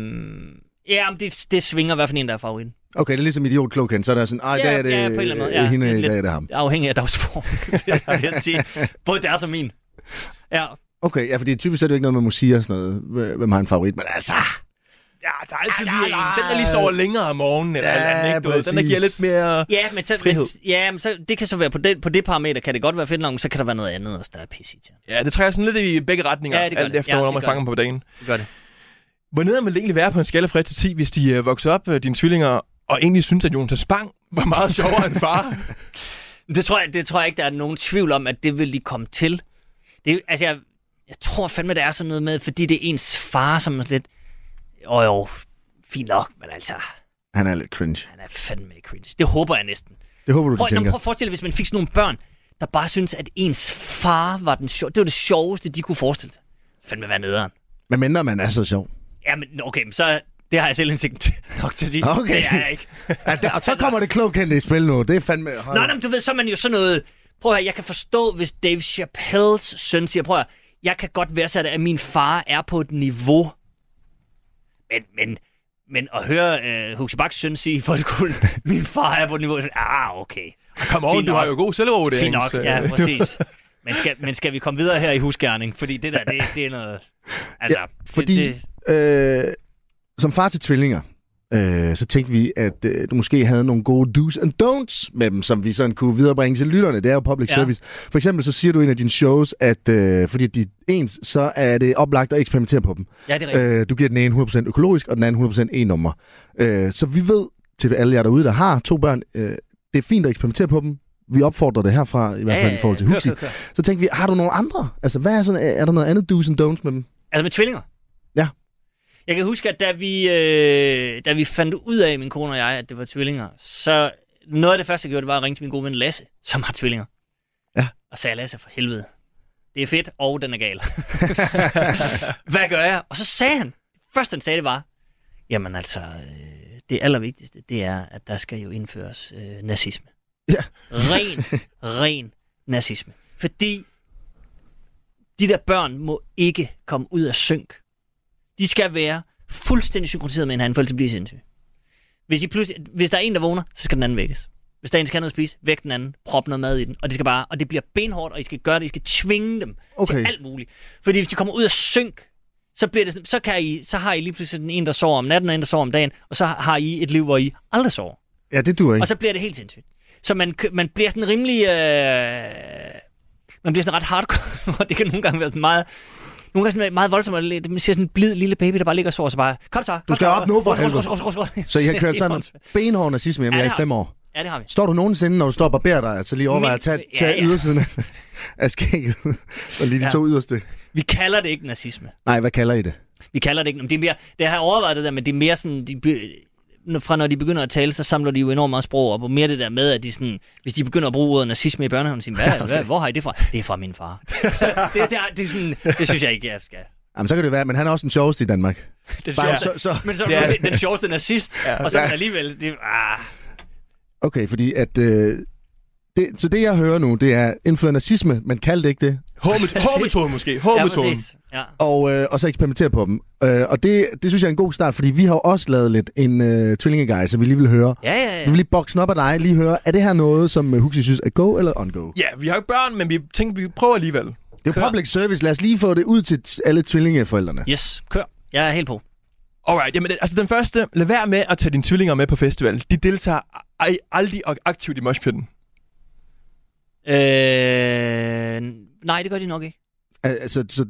[SPEAKER 5] Øhm, Ja, men det, det svinger i hvert fald en, der er favorit.
[SPEAKER 3] Okay, det er ligesom idiot klogen, så er der sådan, ej, i dag er det øh,
[SPEAKER 5] ja, på en eller anden måde. Ja,
[SPEAKER 3] hende,
[SPEAKER 5] det er
[SPEAKER 3] i dag er
[SPEAKER 5] lidt-
[SPEAKER 3] det ham.
[SPEAKER 5] Afhængig af <laughs> dagsformen, vil jeg- vil jeg sige. Både deres og min. Ja,
[SPEAKER 3] Okay, ja, fordi typisk er det jo ikke noget med musik og sådan noget. Hvem- Hvem har en favorit? Men altså,
[SPEAKER 4] Ja, der er altid
[SPEAKER 5] Ja,
[SPEAKER 4] lige
[SPEAKER 5] der er-
[SPEAKER 4] en. Den, der lige sover længere om morgenen, eller,
[SPEAKER 3] Ja,
[SPEAKER 4] eller den, ikke, du ved. den, der
[SPEAKER 3] præcis.
[SPEAKER 4] giver lidt mere...
[SPEAKER 5] ja men, så,
[SPEAKER 4] Frihed.
[SPEAKER 5] men, ja, men så, det kan så være på, den, på det parameter, kan det godt være fedt nok, men så kan der være noget andet også, der er pissigt. Ja.
[SPEAKER 4] Ja, det trækker sådan lidt i begge retninger,
[SPEAKER 5] Ja, det gør
[SPEAKER 4] alt
[SPEAKER 5] det.
[SPEAKER 4] efter,
[SPEAKER 5] Ja,
[SPEAKER 4] hvornår
[SPEAKER 5] det
[SPEAKER 4] man
[SPEAKER 5] gør
[SPEAKER 4] fanger dem på dagen.
[SPEAKER 5] Det gør det.
[SPEAKER 4] Hvor nede man egentlig være på en skala fra 1 til 10, hvis de øh, voksede op, øh, dine tvillinger, og egentlig synes, at Jonas Spang var meget sjovere end <laughs> far?
[SPEAKER 5] Det tror, jeg, det tror jeg ikke, der er nogen tvivl om, at det vil de komme til. Det, altså, jeg, jeg tror fandme, der er sådan noget med, fordi det er ens far, som er lidt... Åh jo, fint nok, men altså,
[SPEAKER 3] han er lidt cringe.
[SPEAKER 5] han er fandme cringe. Det håber jeg næsten.
[SPEAKER 3] Det håber du, du
[SPEAKER 5] Prøv, jamen,
[SPEAKER 3] tænker.
[SPEAKER 5] prøv at forestille dig, hvis man fik sådan nogle børn, der bare synes at ens far var den sjov... Det var det sjoveste, de kunne forestille sig. Fandme være nederen.
[SPEAKER 3] Men mindre man er så sjov.
[SPEAKER 5] Ja, men okay, men så... Det har jeg selv indsigt <laughs> til- nok til at sige.
[SPEAKER 3] Okay.
[SPEAKER 5] Det er jeg ikke.
[SPEAKER 3] Ja, der, og så kommer det klogen i spil nu. Det er fandme...
[SPEAKER 5] Nå, nej, men du ved, så er man jo sådan noget... Prøv at høre, jeg kan forstå, hvis Dave Chappelles søn siger, prøv at høre, jeg kan godt værdsætte, at min far er på et niveau. Men, men, men at høre øh, Huxi Baks søn sige i folkeskolen, <laughs> min far er på et niveau, ah, okay.
[SPEAKER 4] Kom on,
[SPEAKER 5] Fint
[SPEAKER 4] du har
[SPEAKER 5] nok.
[SPEAKER 4] jo god selvrevurdering.
[SPEAKER 5] Fint nok,
[SPEAKER 4] så-
[SPEAKER 5] ja, præcis. Men skal, men skal vi komme videre her i husgerning? Fordi det der, det, det er noget... Altså, ja,
[SPEAKER 3] Fordi
[SPEAKER 5] Det, det,
[SPEAKER 3] Øh, som far til tvillinger, øh, så tænkte vi, at øh, du måske havde nogle gode do's and don'ts med dem, som vi sådan kunne viderebringe til lytterne. Det er jo public
[SPEAKER 5] Ja.
[SPEAKER 3] service. For eksempel så siger du i en af dine shows, at øh, fordi de er ens, så er det oplagt at eksperimentere på dem.
[SPEAKER 5] ja, det er rigtigt. Øh,
[SPEAKER 3] Øh, du giver den ene 100% økologisk, og den anden 100% e-nummer. Øh, så vi ved til alle jer derude, der har to børn, øh, det er fint at eksperimentere på dem. Vi opfordrer det herfra, i hvert fald i forhold til Huxi. Så tænkte vi, har du nogle andre? Altså, hvad er, sådan, er der noget andet do's and don'ts med dem?
[SPEAKER 5] Altså med tvillinger?
[SPEAKER 3] Ja.
[SPEAKER 5] Jeg kan huske, at da vi, øh, da vi fandt ud af, min kone og jeg, at det var tvillinger, så noget af det første, jeg gjorde, det var at ringe til min gode ven Lasse, som har tvillinger.
[SPEAKER 3] Ja.
[SPEAKER 5] Og sagde, Lasse, for helvede, det er fedt, og den er
[SPEAKER 3] <laughs>
[SPEAKER 5] gal. Hvad gør jeg? Og så sagde han, det første han sagde, det var, jamen altså, øh, det allervigtigste, det er, at der skal jo indføres øh, nazisme.
[SPEAKER 3] Ja.
[SPEAKER 5] Ren, ren nazisme. Fordi de der børn må ikke komme ud af synk. De skal være fuldstændig synkroniseret med hinanden, for ellers bliver de sindssyge. Hvis, I pludselig, hvis der er en, der vågner, så skal den anden vækkes. Hvis der er en, der skal have noget at spise, væk den anden, prop noget mad i den, og det, skal bare, og det bliver benhårdt, og I skal gøre det, I skal tvinge dem
[SPEAKER 3] Okay.
[SPEAKER 5] til alt muligt. Fordi hvis de kommer ud af synk, så, bliver det sådan, så, kan I, så har I lige pludselig sådan en, der sover om natten, og en, der sover om dagen, og så har I et liv, hvor I aldrig sover.
[SPEAKER 3] Ja, det duer ikke.
[SPEAKER 5] Og så bliver det helt sindssygt. Så man, kø- man bliver sådan rimelig... Øh, man bliver sådan ret hardcore, <laughs> og det kan nogle gange være sådan meget... Nogle gange sådan være meget voldsomt, og lidt- man ser sådan en blid lille baby, der bare ligger og sover, så bare, kom så, kom
[SPEAKER 3] Du skal
[SPEAKER 5] så,
[SPEAKER 3] op nu, for
[SPEAKER 5] rusk, rusk,
[SPEAKER 3] helvede.
[SPEAKER 5] rusk, rusk, rusk, rusk.
[SPEAKER 3] Så I
[SPEAKER 5] <laughs>
[SPEAKER 3] har kørt
[SPEAKER 5] Det er
[SPEAKER 3] sammen
[SPEAKER 5] åndssvagt.
[SPEAKER 3] benhård nazisme hjemme
[SPEAKER 5] Ja,
[SPEAKER 3] ja, i
[SPEAKER 5] det har-
[SPEAKER 3] fem år.
[SPEAKER 5] Ja, det har vi.
[SPEAKER 3] Står du nogensinde, når du står og barberer dig, så lige overvejer
[SPEAKER 5] Men-
[SPEAKER 3] at tage,
[SPEAKER 5] ja,
[SPEAKER 3] tage
[SPEAKER 5] ja.
[SPEAKER 3] ydersiden af- <laughs> af skægget, og lige de
[SPEAKER 5] Ja.
[SPEAKER 3] to yderste.
[SPEAKER 5] Vi kalder det ikke nazisme.
[SPEAKER 3] Nej, hvad kalder I det?
[SPEAKER 5] Vi kalder det ikke, men det er mere, det har jeg overvejet det der, men det er mere sådan, de, be- når- fra når de begynder at tale, så samler de jo enormt meget sprog op, og mere det der med, at de sådan, hvis de begynder at bruge ordet nazisme i børnehaven, siger, de,
[SPEAKER 3] <laughs>
[SPEAKER 5] hvad, hvad, hvor har I det fra? Det er fra min far. <laughs> Så det, det, er, det, er sådan, det synes jeg ikke, jeg skal.
[SPEAKER 3] Jamen, så kan det være, men han er også den sjoveste i Danmark.
[SPEAKER 5] Den
[SPEAKER 3] Bare,
[SPEAKER 5] sjoveste,
[SPEAKER 3] så, så,
[SPEAKER 5] men så er
[SPEAKER 4] Det er
[SPEAKER 5] det også den sjoveste nazist, ja. og så er den alligevel, det, ah,
[SPEAKER 3] okay, fordi at... Øh, det, så det, jeg hører nu, det er indføre nazisme, men kald det ikke det,
[SPEAKER 4] H-metoden måske.
[SPEAKER 5] ja,
[SPEAKER 4] H-metoden.
[SPEAKER 5] præcis. Ja.
[SPEAKER 3] og, øh, og så eksperimentere på dem. Øh, og det, det synes jeg er en god start, fordi vi har jo også lavet lidt en øh, tvillingeguide, som vi lige vil høre.
[SPEAKER 5] Ja, ja,
[SPEAKER 3] Vi
[SPEAKER 5] ja.
[SPEAKER 3] vil lige bokse den op af dig, lige høre, er det her noget, som øh, Huxi synes er go eller on-go?
[SPEAKER 4] Ja, vi har jo ikke børn, men vi tænkte, vi prøver alligevel.
[SPEAKER 3] Det er jo
[SPEAKER 5] Kør.
[SPEAKER 3] public service, lad os lige få det ud til t- alle tvillingeforældrene.
[SPEAKER 5] Yes, kør. Jeg er helt på.
[SPEAKER 4] Alright, jamen altså den første, lad være med at tage dine tvillinger med på festival. De deltager ej, aldrig ak- aktivt i moshpitten.
[SPEAKER 5] Øh, nej, det gør de nok ikke.
[SPEAKER 3] Al- Altså, så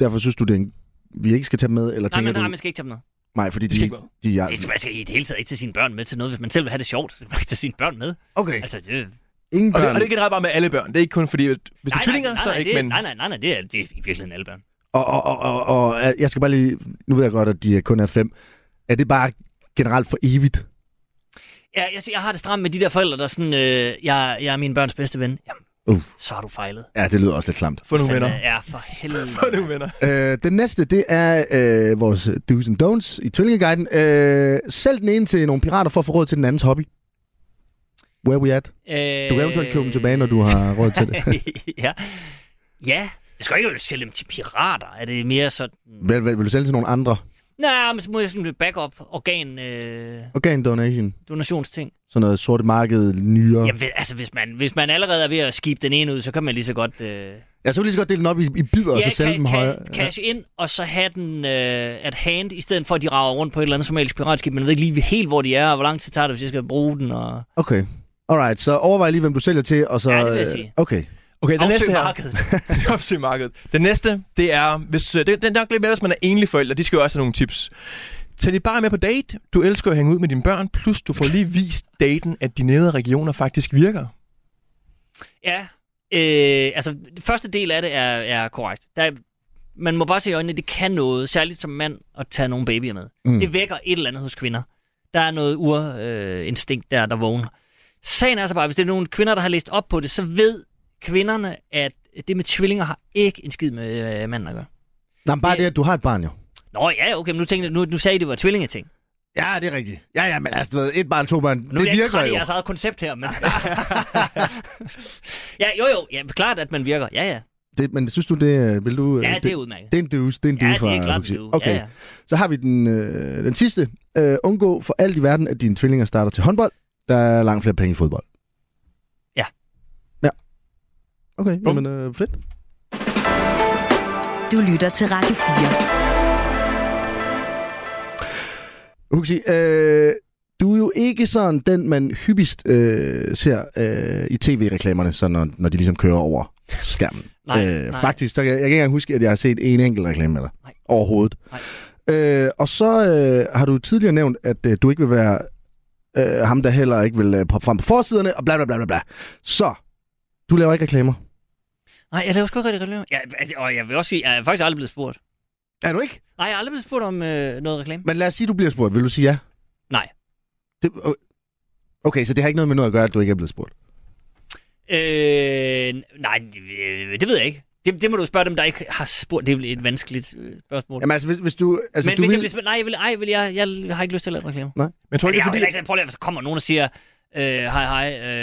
[SPEAKER 3] derfor synes du, det er en, vi ikke skal tage dem med, eller
[SPEAKER 5] Nej,
[SPEAKER 3] tænker
[SPEAKER 5] men, nej,
[SPEAKER 3] du...
[SPEAKER 5] man skal ikke tage dem med.
[SPEAKER 3] Nej, fordi de...
[SPEAKER 4] skal ikke
[SPEAKER 3] de er,
[SPEAKER 5] Det skal man skal i det hele taget ikke tage sine børn med til noget. Hvis man selv vil have det sjovt, så skal man ikke tage sine børn med.
[SPEAKER 3] okay,
[SPEAKER 5] Altså, det,
[SPEAKER 3] ingen
[SPEAKER 4] Og det,
[SPEAKER 3] børn.
[SPEAKER 4] og det er generelt bare med alle børn. Det er ikke kun fordi, at hvis det er tvillinger,
[SPEAKER 5] nej,
[SPEAKER 4] så
[SPEAKER 5] nej,
[SPEAKER 4] ikke,
[SPEAKER 5] det,
[SPEAKER 4] men...
[SPEAKER 5] Nej, nej, nej, nej, det er, det er i virkeligheden alle børn.
[SPEAKER 3] Og, og, og, og, og øh, jeg skal bare lige... Nu ved jeg godt, at de kun er fem. Er det bare generelt for evigt?
[SPEAKER 5] Ja, jeg, sy- jeg har det stramt med de der forældre, der sådan, øh, jeg, jeg er mine børns bedste ven. Jamen,
[SPEAKER 3] Uh.
[SPEAKER 5] så har du fejlet.
[SPEAKER 3] Ja, det lyder også lidt klamt.
[SPEAKER 4] Få nogle
[SPEAKER 5] Fandme,
[SPEAKER 4] venner.
[SPEAKER 5] Ja,
[SPEAKER 3] <laughs>
[SPEAKER 5] for helvede.
[SPEAKER 4] Få nogle venner.
[SPEAKER 3] Øh, den næste, det er øh, vores do's and don'ts i Tvillingeguiden. Øh, sælg den ene til nogle pirater for at få råd til den andens hobby. Where we at?
[SPEAKER 5] Øh,
[SPEAKER 3] Du kan eventuelt købe dem tilbage, når du har råd
[SPEAKER 5] <laughs>
[SPEAKER 3] til det.
[SPEAKER 5] ja. Ja, det skal ikke jo sælge dem til pirater. Er det mere sådan...
[SPEAKER 3] Vil, vil, vil du sælge til nogle andre?
[SPEAKER 5] Nej, men så må jeg sådan lidt backup organ øh,
[SPEAKER 3] Organ donation.
[SPEAKER 5] donationsting.
[SPEAKER 3] Sådan noget sorte marked, nyere.
[SPEAKER 5] Ja, ved- altså hvis man, hvis man allerede er ved at skibe den ene ud, så kan man lige så godt... Øh,
[SPEAKER 3] Ja, så vil jeg lige så godt dele den op i, i bidder, og
[SPEAKER 5] ja,
[SPEAKER 3] så sælge
[SPEAKER 5] ca-
[SPEAKER 3] dem
[SPEAKER 5] ca-
[SPEAKER 3] højere. Ja.
[SPEAKER 5] cash ind, og så have den øh, at hand, i stedet for at de rager rundt på et eller andet somalisk piratskib. Man ved ikke lige helt, hvor de er, og hvor lang tid tager det, hvis jeg skal bruge den. Og...
[SPEAKER 3] Okay. Alright, så overvej lige, hvem du sælger til, og så...
[SPEAKER 5] Ja, det vil jeg
[SPEAKER 3] øh,
[SPEAKER 5] sige.
[SPEAKER 3] Okay.
[SPEAKER 4] Okay, den næste
[SPEAKER 5] Afsøg
[SPEAKER 4] her.
[SPEAKER 5] markedet.
[SPEAKER 4] Opsøg markedet. Den næste, det er... Hvis, øh, det, det er nok lidt mere, hvis man er enlig forældre. De skal jo også have nogle tips. Tag dit bare med på date. Du elsker at hænge ud med dine børn. Plus, du får lige vist daten, at de nedre regioner faktisk virker.
[SPEAKER 5] Ja, øh, altså den første del af det er, er korrekt. Der, er- man må bare se i øjnene, det kan noget, særligt som mand, at tage nogle babyer med.
[SPEAKER 3] Mm.
[SPEAKER 5] Mm. Det vækker et eller andet hos kvinder. Der er noget urinstinkt øh, instinkt der, der vågner. Sagen er så bare, hvis det er nogle kvinder, der har læst op på det, så ved kvinderne, at det med tvillinger har ikke en skid med øh, manden at gøre.
[SPEAKER 3] Nå, men bare
[SPEAKER 5] Det-
[SPEAKER 3] det, at du har et barn, jo.
[SPEAKER 5] Nå ja, okay, men nu, tænkte, jeg- nu, nu sagde I, det var tvillingeting.
[SPEAKER 3] Ja, det er rigtigt. Ja, ja, men altså, du ved, et barn, to børn,
[SPEAKER 5] Nu
[SPEAKER 3] det
[SPEAKER 5] er jeg ikke
[SPEAKER 3] virker
[SPEAKER 5] træt i altså.
[SPEAKER 3] jo.
[SPEAKER 5] jeres eget koncept her, men... ja, jo jo, ja, klart, at man virker. Ja, ja.
[SPEAKER 3] Det, men synes du, det øh, vil du... øh,
[SPEAKER 5] Ja, det er udmærket.
[SPEAKER 3] det er en dus, det er en
[SPEAKER 5] Ja,
[SPEAKER 3] du
[SPEAKER 5] det
[SPEAKER 3] fra
[SPEAKER 5] er klart,
[SPEAKER 3] Huxi.
[SPEAKER 5] det er du.
[SPEAKER 3] Okay,
[SPEAKER 5] Ja, ja.
[SPEAKER 3] så har vi den, øh, den sidste. Øh, undgå for alt i verden, at dine tvillinger starter til håndbold. Der er langt flere penge i fodbold.
[SPEAKER 5] Ja.
[SPEAKER 3] Ja. Okay,
[SPEAKER 4] Bum.
[SPEAKER 3] jamen, øh, fedt.
[SPEAKER 1] Du lytter til Radio 4.
[SPEAKER 3] Huxi, øh, du er jo ikke sådan den, man hyppigst øh, ser øh, i tv-reklamerne, så når, når de ligesom kører over skærmen. Øh,
[SPEAKER 5] Nej, nej.
[SPEAKER 3] Faktisk, så, kan- jeg kan ikke engang huske, at jeg har set en enkelt reklame med dig.
[SPEAKER 5] Nej.
[SPEAKER 3] Overhovedet. Øh, og så øh, har du tidligere nævnt, at øh, du ikke vil være øh, ham, der heller ikke vil øh, poppe frem på forsiderne, og bla bla bla bla bla. Så, du laver ikke reklamer.
[SPEAKER 5] Nej, jeg laver sgu ikke rigtig reklamer. Ja, altså, og jeg vil også sige, jeg er faktisk aldrig blevet spurgt.
[SPEAKER 3] Er du ikke?
[SPEAKER 5] Nej, jeg er aldrig blevet spurgt om øh, noget reklame.
[SPEAKER 3] Men lad os sige, du bliver spurgt. Vil du sige ja?
[SPEAKER 5] Nej.
[SPEAKER 3] Det, øh, okay, så det har ikke noget med noget at gøre, at du ikke er blevet spurgt.
[SPEAKER 5] Øh, nej, det, øh, det ved jeg ikke. Det, det må du spørge dem, der ikke har spurgt. Det er vel et vanskeligt øh, spørgsmål. Jamen,
[SPEAKER 3] Jamen altså, hvis, hvis du... Altså,
[SPEAKER 5] altså, Men
[SPEAKER 3] du
[SPEAKER 5] hvis vil... jeg
[SPEAKER 3] vil-
[SPEAKER 5] bliver spurgt, nej, jeg vil, ej, vil jeg, jeg har ikke lyst til at lave reklamer.
[SPEAKER 4] Men jeg tror ikke,
[SPEAKER 5] Men jeg
[SPEAKER 4] det
[SPEAKER 5] har
[SPEAKER 4] er
[SPEAKER 5] jo heller
[SPEAKER 4] fordi...
[SPEAKER 5] ikke sagt, prøv at lade- så kommer nogen og siger, øh, hej, hej,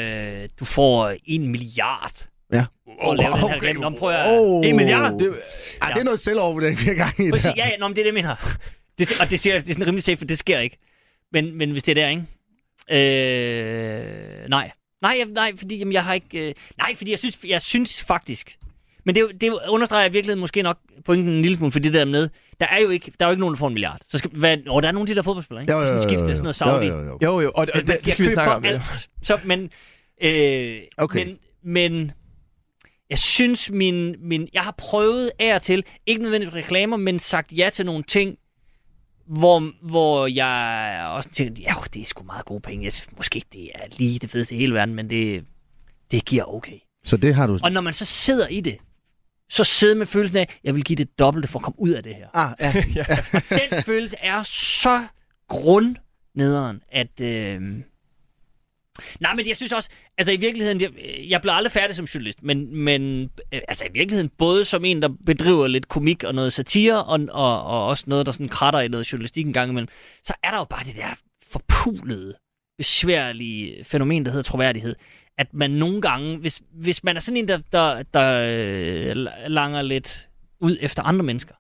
[SPEAKER 5] øh, du får en milliard
[SPEAKER 3] Ja.
[SPEAKER 5] for at lave den her reklame. Nå, men prøv at...
[SPEAKER 3] Oh.
[SPEAKER 4] En milliard? Det,
[SPEAKER 3] Ej, det er noget selvovervurdering, vi har gang i.
[SPEAKER 5] Præcis,
[SPEAKER 3] Der.
[SPEAKER 5] ja, ja, nå, men det er det, jeg mener. Det, og det, siger, jeg- det er sådan rimelig safe, for det sker ikke. Men, men hvis det er der, ikke? Øh, nej. Nej, jeg, nej, fordi jamen, jeg har ikke... Øh, nej, fordi jeg synes, jeg synes faktisk, Men det, er jo- det understreger i virkeligheden måske nok pointen en lille smule, for det der med, der er jo ikke, der er jo ikke nogen, der får en milliard. Så skal, hvad, og der er nogle af de der fodboldspillere, ikke?
[SPEAKER 3] Jo, jo, jo, jo,
[SPEAKER 5] Sådan skifte
[SPEAKER 3] jo.
[SPEAKER 5] sådan noget Saudi.
[SPEAKER 3] Jo, jo, jo.
[SPEAKER 4] Jo, jo, og, og
[SPEAKER 5] Men
[SPEAKER 4] det,
[SPEAKER 5] man
[SPEAKER 4] det skal vi
[SPEAKER 5] køber
[SPEAKER 4] snakke om. Ja.
[SPEAKER 5] alt. Så, men, øh,
[SPEAKER 3] Okay.
[SPEAKER 5] okay. men, men jeg synes, min, min, jeg har prøvet af og til, ikke nødvendigvis reklamer, men sagt ja til nogle ting, hvor, hvor jeg også tænkte, ja, det er sgu meget gode penge. Jeg synes, måske ikke det er lige det fedeste i hele verden, men det, det giver okay.
[SPEAKER 3] Så det har du...
[SPEAKER 5] Og når man så sidder i det, så sidder med følelsen af, jeg vil give det dobbelte for at komme ud af det her.
[SPEAKER 3] Ah,
[SPEAKER 5] <laughs>
[SPEAKER 3] ja.
[SPEAKER 5] Den følelse er så grundnederen, at... Øh... Nej, men jeg synes også, altså i virkeligheden, jeg, jeg blev aldrig færdig som journalist, men, men øh, altså i virkeligheden både som en, der bedriver lidt komik og noget satire, og, og, og også noget, der sådan kratter i noget journalistik en gang imellem, så er der jo bare det der forpulede, besværlige fænomen, der hedder troværdighed. At man nogle gange, hvis, hvis man er sådan en, der, der, der øh, langer lidt ud efter andre mennesker,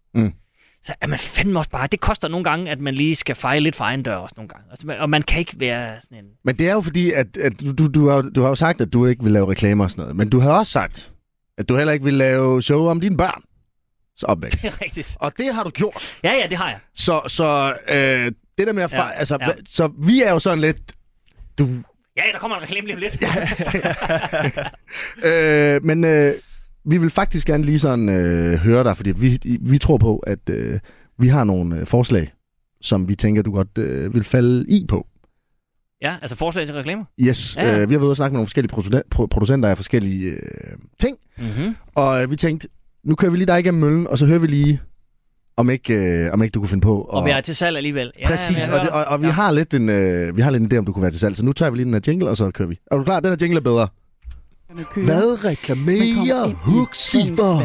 [SPEAKER 5] så er man fandme også bare... Det koster nogle gange, at man lige skal fejle lidt for egen dør også nogle gange. Altså, man- Og man kan ikke være sådan en...
[SPEAKER 3] Men det er jo fordi, at, at du, du, du, har, jo- du har jo sagt, at du ikke vil lave reklamer og sådan noget. Men du har også sagt, at du heller ikke vil lave show om dine børn. Så opvækst.
[SPEAKER 5] <laughs> Det er rigtigt.
[SPEAKER 3] Og det har du gjort.
[SPEAKER 5] Ja, ja, det har jeg.
[SPEAKER 3] Så, så øh, det der med at... Ja,
[SPEAKER 5] Ja,
[SPEAKER 3] altså,
[SPEAKER 5] ja.
[SPEAKER 3] ja. Så vi er jo sådan lidt... Du,
[SPEAKER 5] <laughs> Ja, ja, der kommer en reklame lige om lidt.
[SPEAKER 3] <laughs> øh, men øh, vi vil faktisk gerne lige sådan øh, høre dig, fordi vi, i- vi tror på, at øh, vi har nogle øh, forslag, som vi tænker, du godt øh, vil falde i på.
[SPEAKER 5] ja, altså forslag til reklamer.
[SPEAKER 3] Yes,
[SPEAKER 5] Ja, ja.
[SPEAKER 3] ja. øh, vi har været ude og snakke med nogle forskellige produce- pro- producenter af forskellige øh, ting,
[SPEAKER 5] Mm-hmm.
[SPEAKER 3] og øh, vi tænkte, nu kører vi lige dig igennem møllen, og så hører vi lige, om ikke, øh, om ikke du kunne finde på.
[SPEAKER 5] Og vi er til salg alligevel. Ja, men
[SPEAKER 3] Præcis,
[SPEAKER 5] jeg
[SPEAKER 3] og,
[SPEAKER 5] hører
[SPEAKER 3] det, og, og vi,
[SPEAKER 5] Ja.
[SPEAKER 3] har lidt en, øh, vi har lidt en idé, om du kunne være til salg, så nu tager vi lige den her jingle, og så kører vi. Er du klar? Den her jingle er bedre.
[SPEAKER 5] Mm.
[SPEAKER 3] Hvad reklamerer Huxi for?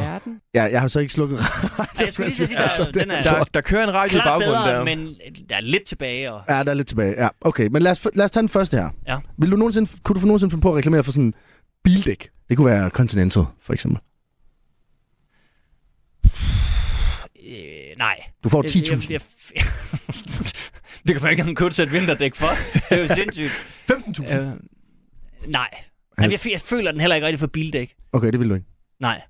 [SPEAKER 3] Ja, jeg har så ikke slukket <laughs>
[SPEAKER 5] dig. Ja, jeg skulle lige til at sige,
[SPEAKER 3] Altså,
[SPEAKER 5] der, den er
[SPEAKER 4] Der, der kører en radio i
[SPEAKER 5] klart
[SPEAKER 4] baggrunden
[SPEAKER 5] bedre,
[SPEAKER 4] der. <laughs>
[SPEAKER 5] men øh, der er lidt tilbage. Og...
[SPEAKER 3] Ja, der er lidt tilbage. Ja, okay, men lad os, lad os tage den første her.
[SPEAKER 5] Ja.
[SPEAKER 3] Vil du nogensinde, kunne du for nogensinde finde på at reklamere for sådan en bildæk? Det kunne være Continental, for eksempel.
[SPEAKER 5] Øh, nej.
[SPEAKER 3] Du får
[SPEAKER 5] Jeg-
[SPEAKER 3] 10.000.
[SPEAKER 5] jeg- <laughs> jeg- det kan man ikke have en kun sætte vinterdæk for. Det er jo sindssygt.
[SPEAKER 4] 15.000.
[SPEAKER 5] øh, nej. Jamen, jeg, jeg føler den heller ikke rigtig for bildæk.
[SPEAKER 3] Okay, det vil du ikke.
[SPEAKER 5] Nej.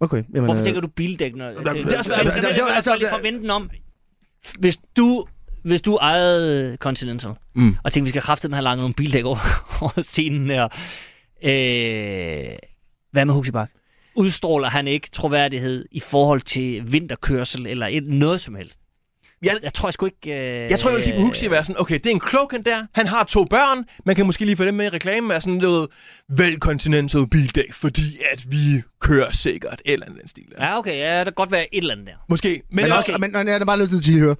[SPEAKER 3] Okay, jamen,
[SPEAKER 5] Hvorfor
[SPEAKER 3] øh,
[SPEAKER 5] tænker du bildæk? Når, det, det, det,
[SPEAKER 4] øh,
[SPEAKER 3] det-
[SPEAKER 5] det, det,
[SPEAKER 3] det-
[SPEAKER 5] det,
[SPEAKER 3] det- det- altså-
[SPEAKER 5] det, forvente den om. Hvis du, hvis du ejede Continental,
[SPEAKER 3] Mm.
[SPEAKER 5] mm. og tænkte, vi skal kraftedeme have langt nogle bildæk over, <laughs> over scenen her. Øh, hvad med Huxi Bak? Udstråler han ikke troværdighed i forhold til vinterkørsel eller et- noget som helst?
[SPEAKER 4] Jeg,
[SPEAKER 5] Jeg tror jeg sgu ikke... Øh,
[SPEAKER 4] jeg tror, jeg vil kigge på Huxi og være sådan, okay, det er en klog kendt der. Han har to børn. Man kan måske lige få dem med i reklamen af sådan noget velkontinental bildæk, fordi at vi kører sikkert. Eller andet i den stil. der.
[SPEAKER 5] Ja, okay, ja, der kan godt være et eller andet der.
[SPEAKER 4] Måske. Men,
[SPEAKER 3] Men,
[SPEAKER 4] men
[SPEAKER 3] også, men, men jeg er bare nødt til at høre,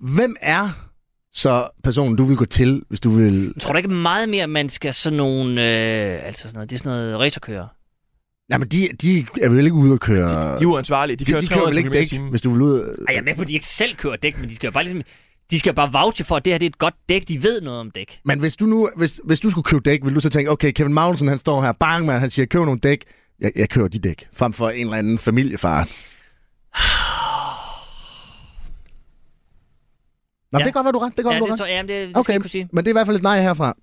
[SPEAKER 3] hvem er så personen, du vil gå til, hvis du vil...
[SPEAKER 5] Jeg tror da ikke meget mere, man skal sådan nogle... Øh, altså sådan noget, det er sådan noget racerkører.
[SPEAKER 3] Nej, men de, de er vel ikke ude at køre...
[SPEAKER 4] de er uansvarlige. De kører
[SPEAKER 3] de kører
[SPEAKER 4] 300
[SPEAKER 3] vel
[SPEAKER 4] km
[SPEAKER 3] ikke
[SPEAKER 4] i
[SPEAKER 3] dæk,
[SPEAKER 4] timen.
[SPEAKER 3] hvis du vil ud...
[SPEAKER 5] Ej, jeg er med på, at de ikke selv kører dæk, men de skal jo bare ligesom... De skal jo bare vouche for, at det her det er et godt dæk. De ved noget om dæk.
[SPEAKER 3] Men hvis du nu, hvis, hvis du skulle købe dæk, ville du så tænke, okay, Kevin Magnussen, han står her, bang, man, han siger, køb nogle dæk. Jeg, jeg køber de dæk, frem for en eller anden familiefar. Nå, ja.
[SPEAKER 5] Ja.
[SPEAKER 3] det kan godt være, du er ret. Det kan godt
[SPEAKER 5] ja,
[SPEAKER 3] være, du
[SPEAKER 5] det
[SPEAKER 3] er
[SPEAKER 5] tror
[SPEAKER 3] ret.
[SPEAKER 5] jeg, jamen, det, det okay. skal
[SPEAKER 3] Okay,
[SPEAKER 5] jeg ikke kunne sige.
[SPEAKER 3] men det er i hvert fald et nej herfra.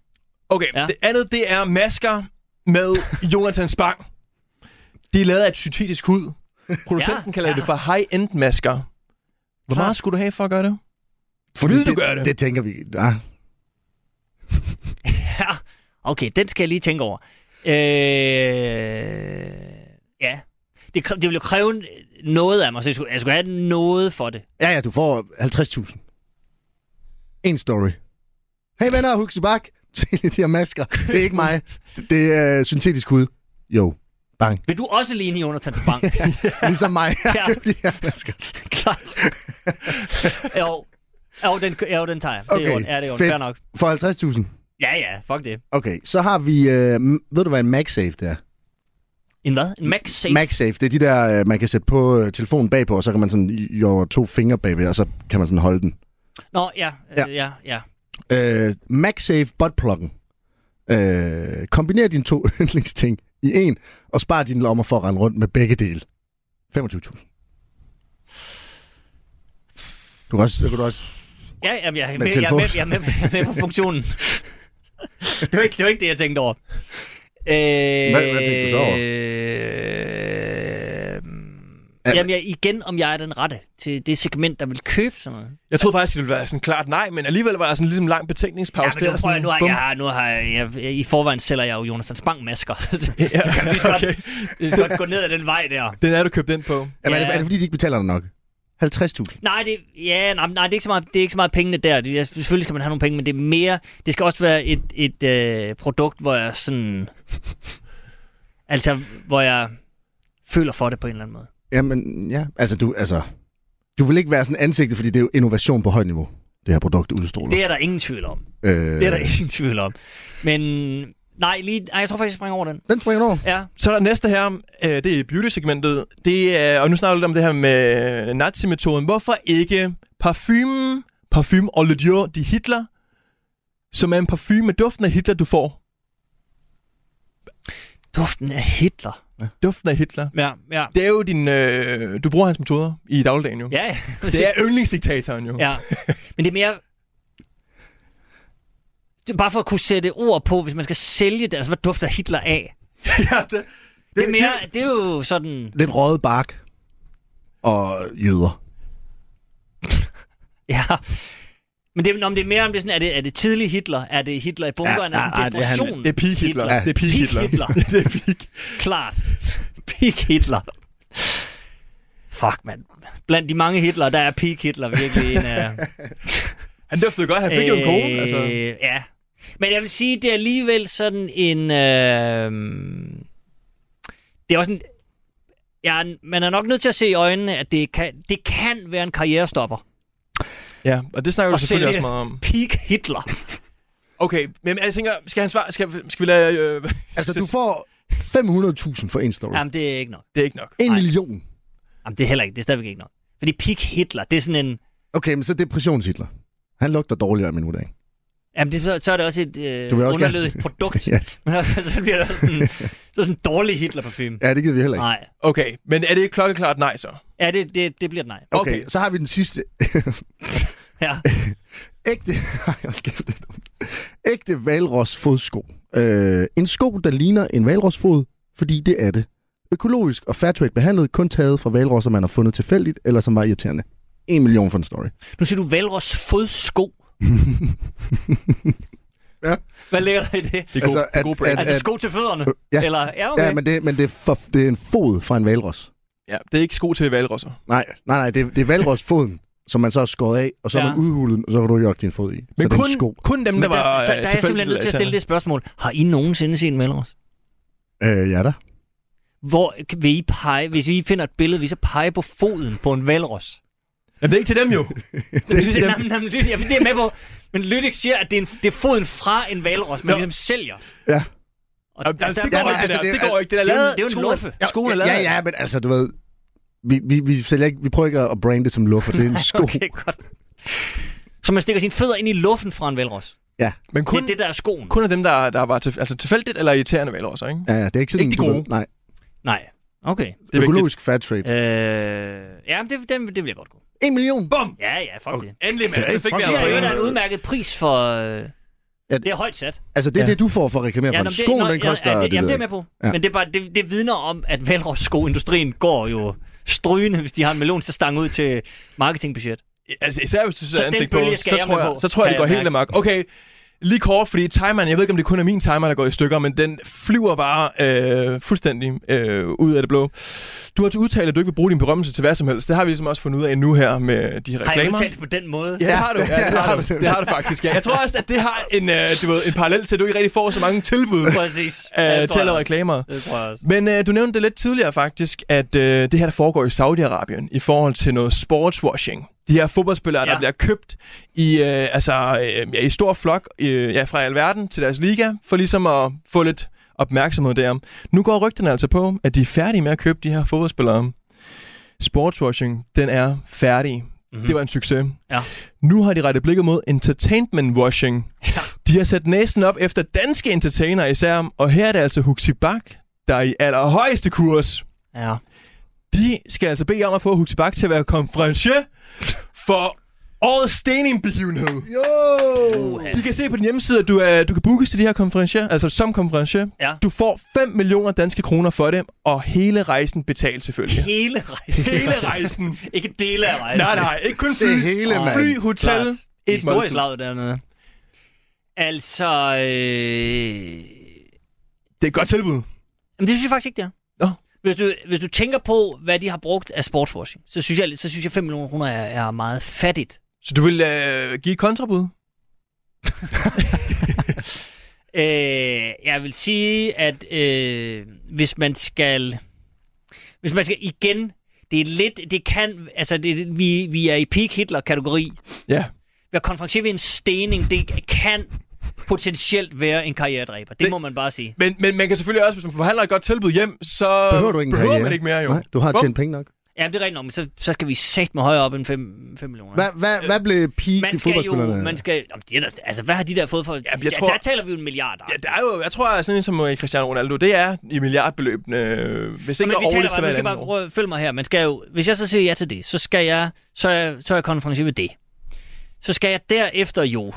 [SPEAKER 4] Okay,
[SPEAKER 5] Ja.
[SPEAKER 4] ja. det andet, det er masker med Jonathan Spang. De er lavet af et syntetisk hud. Producenten
[SPEAKER 5] Ja,
[SPEAKER 4] ja, kalder
[SPEAKER 5] ja.
[SPEAKER 4] ja. det for high-end masker. Hvor
[SPEAKER 5] Klart.
[SPEAKER 4] meget skulle du have for at gøre det?
[SPEAKER 3] Fordi
[SPEAKER 4] Vil du
[SPEAKER 3] det,
[SPEAKER 4] gøre det?
[SPEAKER 3] Det tænker vi. Ja.
[SPEAKER 5] Ja, okay, den skal jeg lige tænke over. Øh, ja, det, kræ- det ville jo kræve noget af mig, så jeg skulle, jeg skulle have noget for det.
[SPEAKER 3] ja, ja, du får 50.000. En story. Hey venner, Huxi Bak. <laughs> Se lige de her masker. Det er ikke
[SPEAKER 4] <laughs>
[SPEAKER 3] mig. Det er øh, syntetisk hud. Jo, bang.
[SPEAKER 5] Vil du også ligne Jonathan Spang?
[SPEAKER 3] <laughs> Ligesom mig.
[SPEAKER 5] <laughs> Ja.
[SPEAKER 3] <laughs> de her masker.
[SPEAKER 5] Klart. jo. Jo, den, kø- jo, den tager jeg. Det
[SPEAKER 3] Okay,
[SPEAKER 5] er jo, ja, det er jo
[SPEAKER 3] fedt.
[SPEAKER 5] fair nok.
[SPEAKER 3] For 50.000.
[SPEAKER 5] Ja, ja, fuck det.
[SPEAKER 3] Okay, så har vi... Øh, m- ved du, hvad en MagSafe det er?
[SPEAKER 5] En hvad? En Max Safe?
[SPEAKER 3] MagSafe, det er de der, øh, man kan sætte på øh, telefonen bagpå, og så kan man sådan jo to fingre bagved, og så kan man sådan holde den.
[SPEAKER 5] Nå, ja, øh,
[SPEAKER 3] Ja.
[SPEAKER 5] ja, ja. ja.
[SPEAKER 3] Øh, MagSafe buttpluggen. Øh, kombiner dine to <laughs> yndlingsting i en, og spar dine lommer for at rende rundt med begge dele. 25.000. Du kan også, det kan du også.
[SPEAKER 5] Ja, jamen, jeg,
[SPEAKER 3] Med
[SPEAKER 5] er med, jeg, er med,
[SPEAKER 3] telefon.
[SPEAKER 5] jeg, er med, jeg er med på funktionen. det, var ikke, det var ikke det, jeg tænkte over. Øh,
[SPEAKER 3] Hvad- hvad tænkte du så over?
[SPEAKER 5] Øh, Jamen, jeg, igen, om jeg er den rette til det segment, der vil købe sådan noget.
[SPEAKER 4] Jeg troede faktisk, det ville være sådan klart nej, men alligevel var der sådan ligesom lang betænkningspause.
[SPEAKER 5] Ja, men
[SPEAKER 4] der,
[SPEAKER 5] nu, prøv,
[SPEAKER 4] sådan,
[SPEAKER 5] at- nu har,
[SPEAKER 4] bum.
[SPEAKER 5] jeg, nu har jeg, jeg, i forvejen sælger jeg jo Jonathan Spang-masker. <laughs> Vi
[SPEAKER 4] Ja,
[SPEAKER 5] skal godt-
[SPEAKER 4] okay.
[SPEAKER 5] vi skal godt gå ned ad den vej der.
[SPEAKER 4] Den er du købt ind på.
[SPEAKER 3] Jamen, er, det,
[SPEAKER 5] Ja.
[SPEAKER 3] er det fordi, de ikke betaler dig nok? 50.000.
[SPEAKER 5] Nej, det, ja, nej, nej, det, er ikke så meget, det er ikke så meget pengene der. Det, jeg, selvfølgelig skal man have nogle penge, men det er mere... Det skal også være et, et øh, produkt, hvor jeg sådan... altså, hvor jeg føler for det på en eller anden måde.
[SPEAKER 3] Jamen, ja. Altså, du, altså, du vil ikke være sådan ansigtet, fordi det er jo innovation på højt niveau, det her produkt udstråler.
[SPEAKER 5] Det er der ingen tvivl om.
[SPEAKER 3] øh,
[SPEAKER 5] Det er der ingen tvivl om. Men nej, lige, nej jeg tror faktisk, jeg springer over den.
[SPEAKER 3] Den springer du over.
[SPEAKER 5] Ja.
[SPEAKER 4] Så er der næste her, øh, det er beauty-segmentet. Det er, og nu snakker vi lidt om det her med nazi-metoden. Hvorfor ikke parfumen, parfume og le Dior de Hitler, som er en parfume med duften af Hitler, du får?
[SPEAKER 5] Duften af Hitler.
[SPEAKER 4] Duften af Hitler.
[SPEAKER 5] Ja, ja.
[SPEAKER 4] Det er jo din... Øh, du bruger hans metoder i dagligdagen jo.
[SPEAKER 5] Ja, præcis.
[SPEAKER 4] Det er yndlingsdiktatoren jo.
[SPEAKER 5] Ja, men det er mere... Det er bare for at kunne sætte ord på, hvis man skal sælge det. Altså, hvad dufter Hitler
[SPEAKER 4] <laughs>
[SPEAKER 5] af?
[SPEAKER 4] ja det, det,
[SPEAKER 5] Det er, mere, det, er jo sådan...
[SPEAKER 3] Lidt røget bark og jøder.
[SPEAKER 5] Ja. Men det, er- om det er mere om det er sådan, er det, er det tidlig Hitler? Er det Hitler i bunkeren?
[SPEAKER 3] Ja,
[SPEAKER 5] Ja, er sådan
[SPEAKER 3] ja,
[SPEAKER 5] en
[SPEAKER 3] det er han-
[SPEAKER 5] desperation?
[SPEAKER 4] Det er peak Hitler.
[SPEAKER 5] Hitler.
[SPEAKER 4] Det er peak
[SPEAKER 5] Peak
[SPEAKER 4] Hitler.
[SPEAKER 5] Hitler.
[SPEAKER 4] <laughs> det er peak.
[SPEAKER 5] Klart. Peak Hitler. Fuck, mand. Blandt de mange Hitler, der er peak Hitler virkelig en
[SPEAKER 4] <laughs>
[SPEAKER 5] af...
[SPEAKER 4] Han duftede godt. Han fik øh, jo en kone. Altså.
[SPEAKER 5] Øh, Ja. Men jeg vil sige, det er alligevel sådan en... Øh, det er også en... Ja, man er nok nødt til at se i øjnene, at det kan, det kan være en karrierestopper.
[SPEAKER 4] Ja, og det snakker du
[SPEAKER 5] Og
[SPEAKER 4] selvfølgelig
[SPEAKER 5] sælge.
[SPEAKER 4] også meget om.
[SPEAKER 5] Peak Hitler.
[SPEAKER 4] Okay, men jeg tænker, skal han svare? Skal, skal vi lade... Øh, <laughs>
[SPEAKER 3] Altså, du får 500.000 for en story.
[SPEAKER 5] Jamen, det er ikke nok.
[SPEAKER 4] Det er ikke nok.
[SPEAKER 3] en
[SPEAKER 5] nej.
[SPEAKER 3] million.
[SPEAKER 5] Jamen, det er heller ikke. Det er stadigvæk ikke nok. Fordi peak Hitler, det er sådan en...
[SPEAKER 3] Okay, men så depressionshitler. Han lugter dårligere i min uddag.
[SPEAKER 5] Jamen, det, så- så er det også et øh,
[SPEAKER 3] Du vil også gerne-
[SPEAKER 5] underlødigt produkt.
[SPEAKER 3] Yes.
[SPEAKER 5] Men altså, så bliver der sådan, så er det sådan en dårlig Hitler-parfume.
[SPEAKER 3] <laughs> Ja, det gider vi heller ikke.
[SPEAKER 5] Nej.
[SPEAKER 4] Okay, men er det ikke klokkeklart nej så?
[SPEAKER 5] Ja, det, det, det bliver et nej.
[SPEAKER 3] Okay, okay, så har vi den sidste.
[SPEAKER 5] Ja.
[SPEAKER 3] Ægte... <laughs> Ej, hold kæft, det er dumt. Ægte valrosfodsko. Øh, en sko, der ligner en valrosfod, fordi det er det. Økologisk og fairtrade behandlet, kun taget fra valrosser, man har fundet tilfældigt, eller som var irriterende. En million for en
[SPEAKER 5] <laughs>
[SPEAKER 3] story.
[SPEAKER 5] Nu siger du Valros fodsko.
[SPEAKER 3] Ja.
[SPEAKER 5] Hvad ligger der i det?
[SPEAKER 4] Det er
[SPEAKER 3] Altså,
[SPEAKER 4] god, det er
[SPEAKER 3] at-
[SPEAKER 4] god brand.
[SPEAKER 3] at- Øh,
[SPEAKER 5] Altså sko til fødderne?
[SPEAKER 3] Ja,
[SPEAKER 5] Eller, ja, okay.
[SPEAKER 3] ja men, det, men det, er for, det er en fod fra en valros.
[SPEAKER 4] ja, det er ikke sko til valrosser.
[SPEAKER 3] Nej, nej, nej, det, er- det er valrosfoden, som man så har skåret af, og så har
[SPEAKER 5] Ja.
[SPEAKER 3] man udhulet den, og så kan du jokke din fod i. Så
[SPEAKER 4] Men
[SPEAKER 3] det er en
[SPEAKER 4] kun,
[SPEAKER 3] sko.
[SPEAKER 4] kun dem, der
[SPEAKER 5] men der,
[SPEAKER 4] var øh,
[SPEAKER 5] der, der, der er jeg simpelthen nødt til at stille
[SPEAKER 3] altså-
[SPEAKER 5] det spørgsmål. Har I nogensinde set en Valros?
[SPEAKER 3] Øh,
[SPEAKER 5] <laughs>
[SPEAKER 3] ja da.
[SPEAKER 5] Hvor vil I pege, hvis vi finder et billede, vil I så pege på foden på en Valros?
[SPEAKER 4] Jamen, det er ikke til dem
[SPEAKER 5] <laughs>
[SPEAKER 4] jo. Altså,
[SPEAKER 5] Det,
[SPEAKER 4] til dem.
[SPEAKER 5] jamen, jamen, lyt, jamen, det er med på. Men Lydik siger, at det er, en, det er foden fra en Valros, man
[SPEAKER 4] Nå.
[SPEAKER 5] ligesom sælger.
[SPEAKER 3] Ja.
[SPEAKER 5] Og
[SPEAKER 4] Jamen, altså, det går
[SPEAKER 3] Jamen,
[SPEAKER 4] ikke, det
[SPEAKER 3] altså,
[SPEAKER 4] der.
[SPEAKER 3] det er-
[SPEAKER 4] Det går ikke. Det der
[SPEAKER 5] det er jo-
[SPEAKER 4] lavet.
[SPEAKER 5] det er jo en
[SPEAKER 4] skolen-
[SPEAKER 5] luffe.
[SPEAKER 4] Skolen er lavet.
[SPEAKER 3] ja, ja, men altså, du ved, vi, vi, vi, sælger ikke, vi prøver ikke at brande det som luffer, det er en sko.
[SPEAKER 5] Okay, godt. Så man stikker sine fødder ind i luften fra en Valros.
[SPEAKER 4] Men
[SPEAKER 5] Det
[SPEAKER 4] kun,
[SPEAKER 5] er det, der er skoen.
[SPEAKER 4] kun af dem, der, der var til, altså, tilfældigt eller irriterende valrosser, ikke?
[SPEAKER 3] Ja, ja, det er ikke sådan,
[SPEAKER 4] Ikke de
[SPEAKER 3] du
[SPEAKER 4] gode.
[SPEAKER 3] Ved, nej,
[SPEAKER 5] Nej. Okay.
[SPEAKER 4] Det er vigtigt.
[SPEAKER 3] økologisk fair trade.
[SPEAKER 5] Øh, ja, men det, den, det vil jeg godt gå.
[SPEAKER 3] En million!
[SPEAKER 4] Bum!
[SPEAKER 5] Ja, ja, fuck okay. det.
[SPEAKER 4] Endelig, mand.
[SPEAKER 3] Ja,
[SPEAKER 4] Så fik
[SPEAKER 3] fuck
[SPEAKER 4] vi
[SPEAKER 5] Det
[SPEAKER 3] ja.
[SPEAKER 5] er jo
[SPEAKER 4] allerede
[SPEAKER 5] der er
[SPEAKER 4] en
[SPEAKER 5] en udmærket pris for... Øh,
[SPEAKER 3] Ja,
[SPEAKER 5] ja, det er højt sat.
[SPEAKER 3] Altså, det er
[SPEAKER 4] Ja.
[SPEAKER 3] det, du får for at reklamere for.
[SPEAKER 5] nå, men
[SPEAKER 3] den. Skoen,
[SPEAKER 5] nå,
[SPEAKER 3] den koster...
[SPEAKER 5] Ja, det, jamen, det
[SPEAKER 3] ved
[SPEAKER 5] er med på.
[SPEAKER 3] Ja.
[SPEAKER 5] Ja. Men det, er bare, det, det vidner om, at Valrovs skoindustrien går jo strygende, hvis de har en melon til stang ud til marketingbudget.
[SPEAKER 4] Altså, især hvis du
[SPEAKER 5] Så
[SPEAKER 4] sætter
[SPEAKER 5] den
[SPEAKER 4] ansigt på,
[SPEAKER 5] bølge skal
[SPEAKER 4] så
[SPEAKER 5] jeg
[SPEAKER 4] tror
[SPEAKER 5] med
[SPEAKER 4] jeg,
[SPEAKER 5] på,
[SPEAKER 4] så tror jeg, det
[SPEAKER 5] kan
[SPEAKER 4] går
[SPEAKER 5] jeg
[SPEAKER 4] helt amok. Okay, lige kort, fordi timeren, jeg ved ikke, om det kun er min timer, der går i stykker, men den flyver bare øh, fuldstændig øh, ud af det blå. Du har til udtale, at du ikke vil bruge din berømmelse til hvad som helst. Det har vi ligesom også fundet ud af nu her med de her
[SPEAKER 5] Har jeg
[SPEAKER 4] reklamer.
[SPEAKER 5] udtalt det på den måde?
[SPEAKER 4] Ja, det har du. Ja, det, har du. det har du faktisk, ja. Jeg tror også, at det har en, øh, du ved, en parallel til, at du ikke rigtig får så mange tilbud øh,
[SPEAKER 5] <laughs> Præcis. det
[SPEAKER 4] til at
[SPEAKER 5] tror jeg
[SPEAKER 4] lave
[SPEAKER 5] også.
[SPEAKER 4] reklamer.
[SPEAKER 5] Det tror jeg også.
[SPEAKER 4] Men øh, du nævnte det lidt tidligere faktisk, at øh, det her, der foregår i Saudi-Arabien i forhold til noget sportswashing. De her fodboldspillere, ja. der
[SPEAKER 5] Ja.
[SPEAKER 4] bliver købt i, øh, altså, øh, ja, i stor flok øh, ja, fra alverden til deres liga, for ligesom at få lidt opmærksomhed derom. Nu går rygterne altså på, at de er færdige med at købe de her fodboldspillere. Sportswashing, den er færdig. Mm.
[SPEAKER 5] Mm-hmm.
[SPEAKER 4] Det var en succes.
[SPEAKER 5] Ja.
[SPEAKER 4] Nu har de rettet blikket mod entertainment washing. Ja. De har sat næsen op efter danske entertainere især, og her er det altså Huxi Bak, der er i allerhøjeste kurs.
[SPEAKER 5] Ja.
[SPEAKER 4] De skal altså bede om at få Huxi Bak til at være konferencier for Årets Stening-begivenhed.
[SPEAKER 3] Jo!
[SPEAKER 5] Uha.
[SPEAKER 4] De kan se på din hjemmeside, at du, er, du kan bookes til de her konferencier, altså som konferencier.
[SPEAKER 5] Ja.
[SPEAKER 4] Du får 5 millioner danske kroner for det, og hele rejsen betalt selvfølgelig.
[SPEAKER 5] Hele rejsen.
[SPEAKER 4] <laughs> hele rejsen.
[SPEAKER 5] <laughs> Ikke dele af rejsen.
[SPEAKER 4] nej, nej, ikke kun fly.
[SPEAKER 3] Det er hele,
[SPEAKER 4] Åh,
[SPEAKER 3] mand.
[SPEAKER 4] Fly, hotel,
[SPEAKER 5] Klart.
[SPEAKER 4] et
[SPEAKER 5] Historisk
[SPEAKER 4] måltid.
[SPEAKER 5] lavet dernede. Altså, øh...
[SPEAKER 4] Det er et godt tilbud.
[SPEAKER 5] Jamen, det synes jeg faktisk ikke, det er.
[SPEAKER 4] Nå.
[SPEAKER 5] Hvis du, hvis du tænker på, hvad de har brugt af sportswashing, så synes jeg, så synes jeg 5 millioner kroner er, er meget fattigt.
[SPEAKER 4] Så du vil øh, give et kontrabud?
[SPEAKER 5] <laughs> Øh, jeg vil sige, at øh, hvis man skal... Hvis man skal igen... Det er lidt... Det kan... Altså, det, vi, vi er i peak Hitler-kategori.
[SPEAKER 4] Ja.
[SPEAKER 5] Hvad konfronterer ved en stening, det kan potentielt være en karrieredræber. Det,
[SPEAKER 4] Det-
[SPEAKER 5] det må man bare sige.
[SPEAKER 4] Men, men man kan selvfølgelig også, hvis man forhandler et godt tilbud hjem, så
[SPEAKER 3] Behøver du ikke en
[SPEAKER 4] behøver man
[SPEAKER 3] karriere?
[SPEAKER 4] ikke mere jo.
[SPEAKER 3] Nej, du har
[SPEAKER 4] Bum.
[SPEAKER 3] tjent penge nok.
[SPEAKER 5] Ja, det er rigtigt nok, men så, så skal vi sætte med højere op end 5, 5 millioner.
[SPEAKER 3] Hvad, hvad, hvad blev peak
[SPEAKER 5] man skal jo,
[SPEAKER 3] fodboldspillerne?
[SPEAKER 5] man skal, Jamen, de er der, altså, hvad har de der fået for? Ja,
[SPEAKER 4] jeg
[SPEAKER 5] jeg
[SPEAKER 4] tror-
[SPEAKER 5] tror, der taler vi jo en milliard.
[SPEAKER 4] Ja, der er jo, jeg tror, at sådan en som øh, Cristiano Ronaldo, det er i milliardbeløbene, øh, hvis ikke
[SPEAKER 5] vi
[SPEAKER 4] årligt, så hver
[SPEAKER 5] bare, man skal
[SPEAKER 4] andet
[SPEAKER 5] bare
[SPEAKER 4] år.
[SPEAKER 5] prøve at følge mig her. Man skal jo, hvis jeg så siger ja til det, så skal jeg, så er, jeg- så er jeg konferencier ved det. Så skal jeg derefter jo,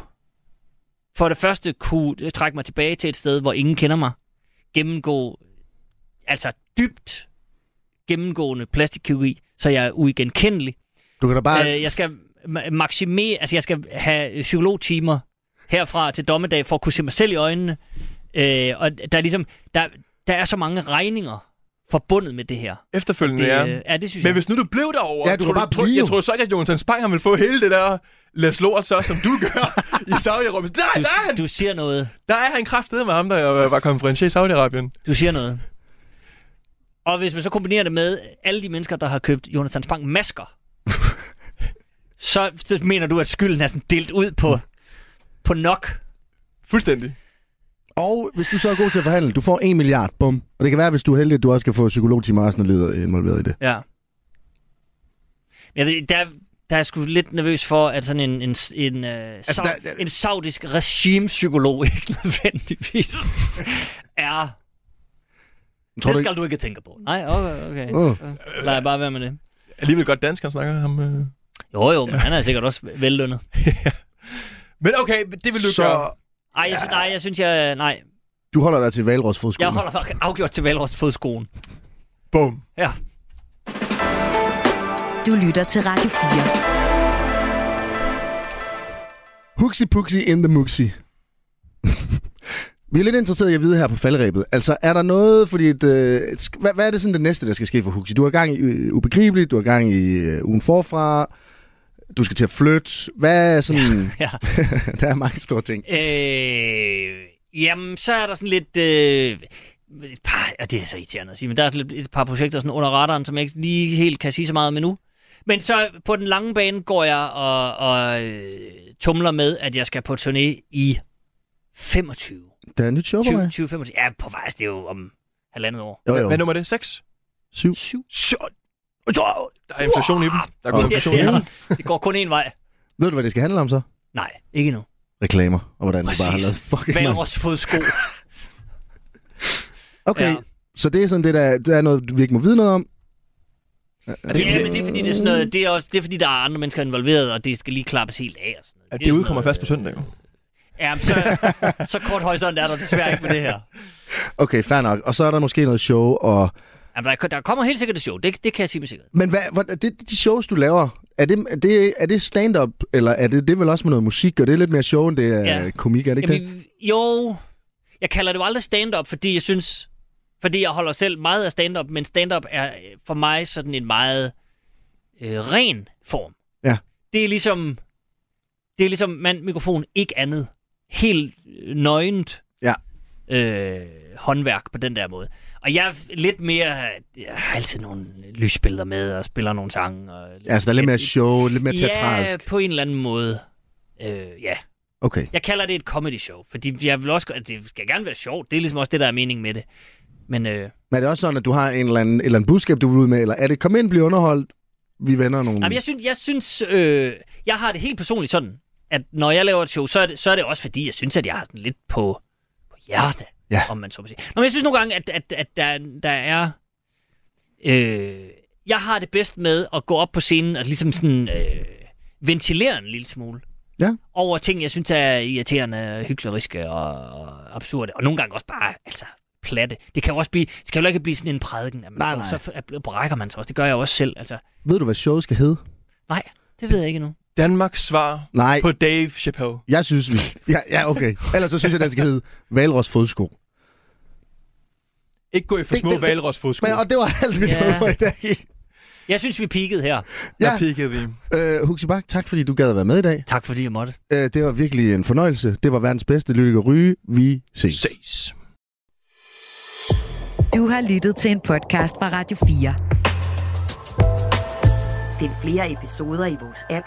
[SPEAKER 5] for det første kunne øh, trække mig tilbage til et sted, hvor ingen kender mig, gennemgå, altså dybt gennemgående plastikkirurgi, så jeg er uigenkendelig.
[SPEAKER 3] Du kan da bare...
[SPEAKER 5] Øh, jeg skal ma- maksimere, altså jeg skal have øh, psykologtimer herfra til dommedag for at kunne se mig selv i øjnene. Øh, og der er ligesom, der, der er så mange regninger forbundet med det her.
[SPEAKER 4] Efterfølgende,
[SPEAKER 5] Det,
[SPEAKER 4] ja.
[SPEAKER 5] øh, ja, det synes
[SPEAKER 4] Men
[SPEAKER 5] jeg.
[SPEAKER 4] hvis nu du blev derovre,
[SPEAKER 3] Ja, du
[SPEAKER 4] tror
[SPEAKER 3] kan bare
[SPEAKER 4] tror,
[SPEAKER 3] blive
[SPEAKER 4] jeg
[SPEAKER 3] jo.
[SPEAKER 4] tror så ikke, at Jonathan Spang han vil få hele det der Las Lort så, som du gør i Saudi-Arabien. Der,
[SPEAKER 5] Du,
[SPEAKER 4] der, er han,
[SPEAKER 5] du siger noget.
[SPEAKER 4] der er han kraftedet med ham, der øh, var konferencier i Saudi-Arabien.
[SPEAKER 5] Du siger noget. Og hvis man så kombinerer det med alle de mennesker, der har købt Jonathan
[SPEAKER 4] <laughs>
[SPEAKER 5] Spang masker, så, så mener du, at skylden er sådan delt ud på, på nok.
[SPEAKER 4] Fuldstændig.
[SPEAKER 3] Og hvis du så er god til at forhandle, du får 1 milliard, bum. Og det kan være, hvis du er heldig, at du også kan få psykologtimer og sådan noget involveret i det.
[SPEAKER 5] Ja. Jeg ved, der, der er jeg sgu lidt nervøs for, at sådan en, en, en, øh, altså,
[SPEAKER 3] der- der-
[SPEAKER 5] en saudisk regimepsykolog ikke <laughs> nødvendigvis er...
[SPEAKER 3] Tror
[SPEAKER 5] det
[SPEAKER 3] du Øh.
[SPEAKER 5] skal du ikke tænke på. Nej, okay. okay.
[SPEAKER 3] Åh.
[SPEAKER 5] Uh. Lad jeg bare være med det.
[SPEAKER 4] Alligevel godt dansk, han snakker ham. Øh.
[SPEAKER 5] Jo, jo, men han er sikkert også vellønnet.
[SPEAKER 4] Men okay, det vil du
[SPEAKER 3] ikke?
[SPEAKER 4] så... gøre.
[SPEAKER 3] Så
[SPEAKER 5] Ej, jeg, sy- nej, jeg synes, jeg... Nej,
[SPEAKER 3] du holder dig til valgrådsfodskolen.
[SPEAKER 5] jeg holder mig afgjort til Valros fodskoen.
[SPEAKER 4] Boom.
[SPEAKER 5] Ja.
[SPEAKER 1] Du lytter til Radio 4.
[SPEAKER 3] Huxi Puxi in the Muxi. Vi er lidt interesserede i at vide her på faldrebet. Altså, er der noget, fordi... Et, øh, sk- hvad, hvad er det sådan det næste, der skal ske for Huxi? Du har gang i øh, Ubegribeligt, du har gang i øh, Ugen Forfra, du skal til at flytte. Hvad er sådan...
[SPEAKER 5] ja.
[SPEAKER 3] <laughs> der er mange store ting.
[SPEAKER 5] Øh, jamen, så er der sådan lidt... Øh, et par, og det er så irriterende at sige, men der er sådan lidt, et par projekter sådan under radaren, som jeg ikke lige helt kan sige så meget om endnu. Men så på den lange bane går jeg og, og øh, tumler med, at jeg skal på turné i 25.
[SPEAKER 3] Der er et nyt show på
[SPEAKER 5] 20,
[SPEAKER 3] mig.
[SPEAKER 5] 20 25. Ja, på vej, altså, det er jo om halvandet år.
[SPEAKER 3] Jo, jo.
[SPEAKER 4] Hvad nummer er det? 6?
[SPEAKER 3] Syv.
[SPEAKER 5] Syv.
[SPEAKER 4] Der er inflation i dem. Der er god
[SPEAKER 3] Wow.
[SPEAKER 5] Ja,
[SPEAKER 4] inflation i
[SPEAKER 5] det, er,
[SPEAKER 4] dem.
[SPEAKER 5] der. det går kun én vej.
[SPEAKER 3] Ved du, hvad det skal handle om så?
[SPEAKER 5] Nej, ikke endnu.
[SPEAKER 3] Reklamer, og hvordan du bare har
[SPEAKER 5] Præcis.
[SPEAKER 3] lavet fucking mange.
[SPEAKER 5] Valros fodsko.
[SPEAKER 3] Okay,
[SPEAKER 5] Ja.
[SPEAKER 3] så det er sådan det, der, der er noget, vi ikke må vide noget om.
[SPEAKER 4] Er det,
[SPEAKER 5] Ja, men det er fordi, det er, sådan noget, det, er også, det er fordi, der er andre mennesker involveret, og det skal lige klappes helt af. Og sådan noget.
[SPEAKER 4] at
[SPEAKER 5] er
[SPEAKER 4] det
[SPEAKER 5] sådan
[SPEAKER 4] udkommer
[SPEAKER 5] noget, øh,
[SPEAKER 4] først på søndag, jo.
[SPEAKER 5] Ja, men så, så kort horisont er der desværre ikke med det her.
[SPEAKER 3] Okay, fair nok. Og så er der måske noget show, og...
[SPEAKER 5] Jamen, der, der kommer helt sikkert et show. Det, det kan jeg sige med sikkerhed.
[SPEAKER 3] Men hvad, hvad, det, de shows, du laver, er det, er det, er det stand-up, eller er det, det er vel også med noget musik, og det er lidt mere show, end det er ja.
[SPEAKER 5] Ja.
[SPEAKER 3] komik, er det ikke Jamen, det?
[SPEAKER 5] Jamen, jo, jeg kalder det jo aldrig stand-up, fordi jeg synes... Fordi jeg holder selv meget af stand-up, men stand-up er øh, for mig sådan en meget øh, ren form.
[SPEAKER 3] Ja.
[SPEAKER 5] Det er ligesom... Det er ligesom mand, mikrofon, ikke andet. Helt øh, nøgent
[SPEAKER 3] Ja.
[SPEAKER 5] øh, håndværk på den der måde. Og jeg er lidt mere... Jeg har altid nogle lysbilleder med, og spiller nogle sange. Og
[SPEAKER 3] Altså, der er lidt mere show, lidt mere
[SPEAKER 5] Ja,
[SPEAKER 3] teatralsk.
[SPEAKER 5] på en eller anden måde. Øh, ja.
[SPEAKER 3] Okay.
[SPEAKER 5] Jeg kalder det et comedy show, fordi jeg vil også, at det skal gerne være sjovt. Det er ligesom også det, der er meningen med det. Men øh,
[SPEAKER 3] Men er det også sådan, at du har en eller anden, et eller anden budskab, du vil ud med, eller er det, kom ind, bliv underholdt, vi vender nogle...
[SPEAKER 5] jamen, jeg synes, jeg, synes øh, jeg har det helt personligt sådan, at når jeg laver et show, så er det, så er det også fordi, jeg synes, at jeg har den lidt på, på hjerte,
[SPEAKER 3] Ja.
[SPEAKER 5] om man så må sige. Nå, men jeg synes nogle gange, at, at, at der, der er... Øh, jeg har det bedst med at gå op på scenen og ligesom sådan... Øh, ventilere en lille smule
[SPEAKER 3] Ja.
[SPEAKER 5] over ting, jeg synes er irriterende, hyggeligriske og, og absurde. Og nogle gange også bare, altså, platte. Det kan jo også blive, det skal jo ikke blive sådan en prædiken. At man
[SPEAKER 3] Nej,
[SPEAKER 5] står-
[SPEAKER 3] nej.
[SPEAKER 5] Så f- brækker man sig også. Det gør jeg jo også selv. Altså,
[SPEAKER 3] Ved du, hvad showet skal hedde?
[SPEAKER 5] nej, det ved jeg ikke endnu.
[SPEAKER 4] Danmarks svar
[SPEAKER 3] Nej,
[SPEAKER 4] på Dave Chappelle.
[SPEAKER 3] jeg synes vi... Ja, ja okay. Ellers så synes jeg, den skal hedde Valros Fodsko.
[SPEAKER 4] Ikke gå i for
[SPEAKER 3] Det-
[SPEAKER 4] små
[SPEAKER 3] det- det-
[SPEAKER 4] valrosfodsko.
[SPEAKER 3] Men, og det var alt, vi
[SPEAKER 5] Ja.
[SPEAKER 3] nåede for i dag.
[SPEAKER 5] Jeg synes, vi peakede her.
[SPEAKER 4] Ja.
[SPEAKER 3] Ja,
[SPEAKER 4] Der pikkede vi.
[SPEAKER 3] øh, Huxi Bak, tak fordi du gad at være med i dag.
[SPEAKER 5] Tak fordi jeg måtte.
[SPEAKER 3] Øh, det var virkelig en fornøjelse. Det var verdens bedste lykke ryge. Vi ses.
[SPEAKER 4] Ses.
[SPEAKER 1] Du har lyttet til en podcast fra Radio 4.
[SPEAKER 2] Find flere episoder i vores app,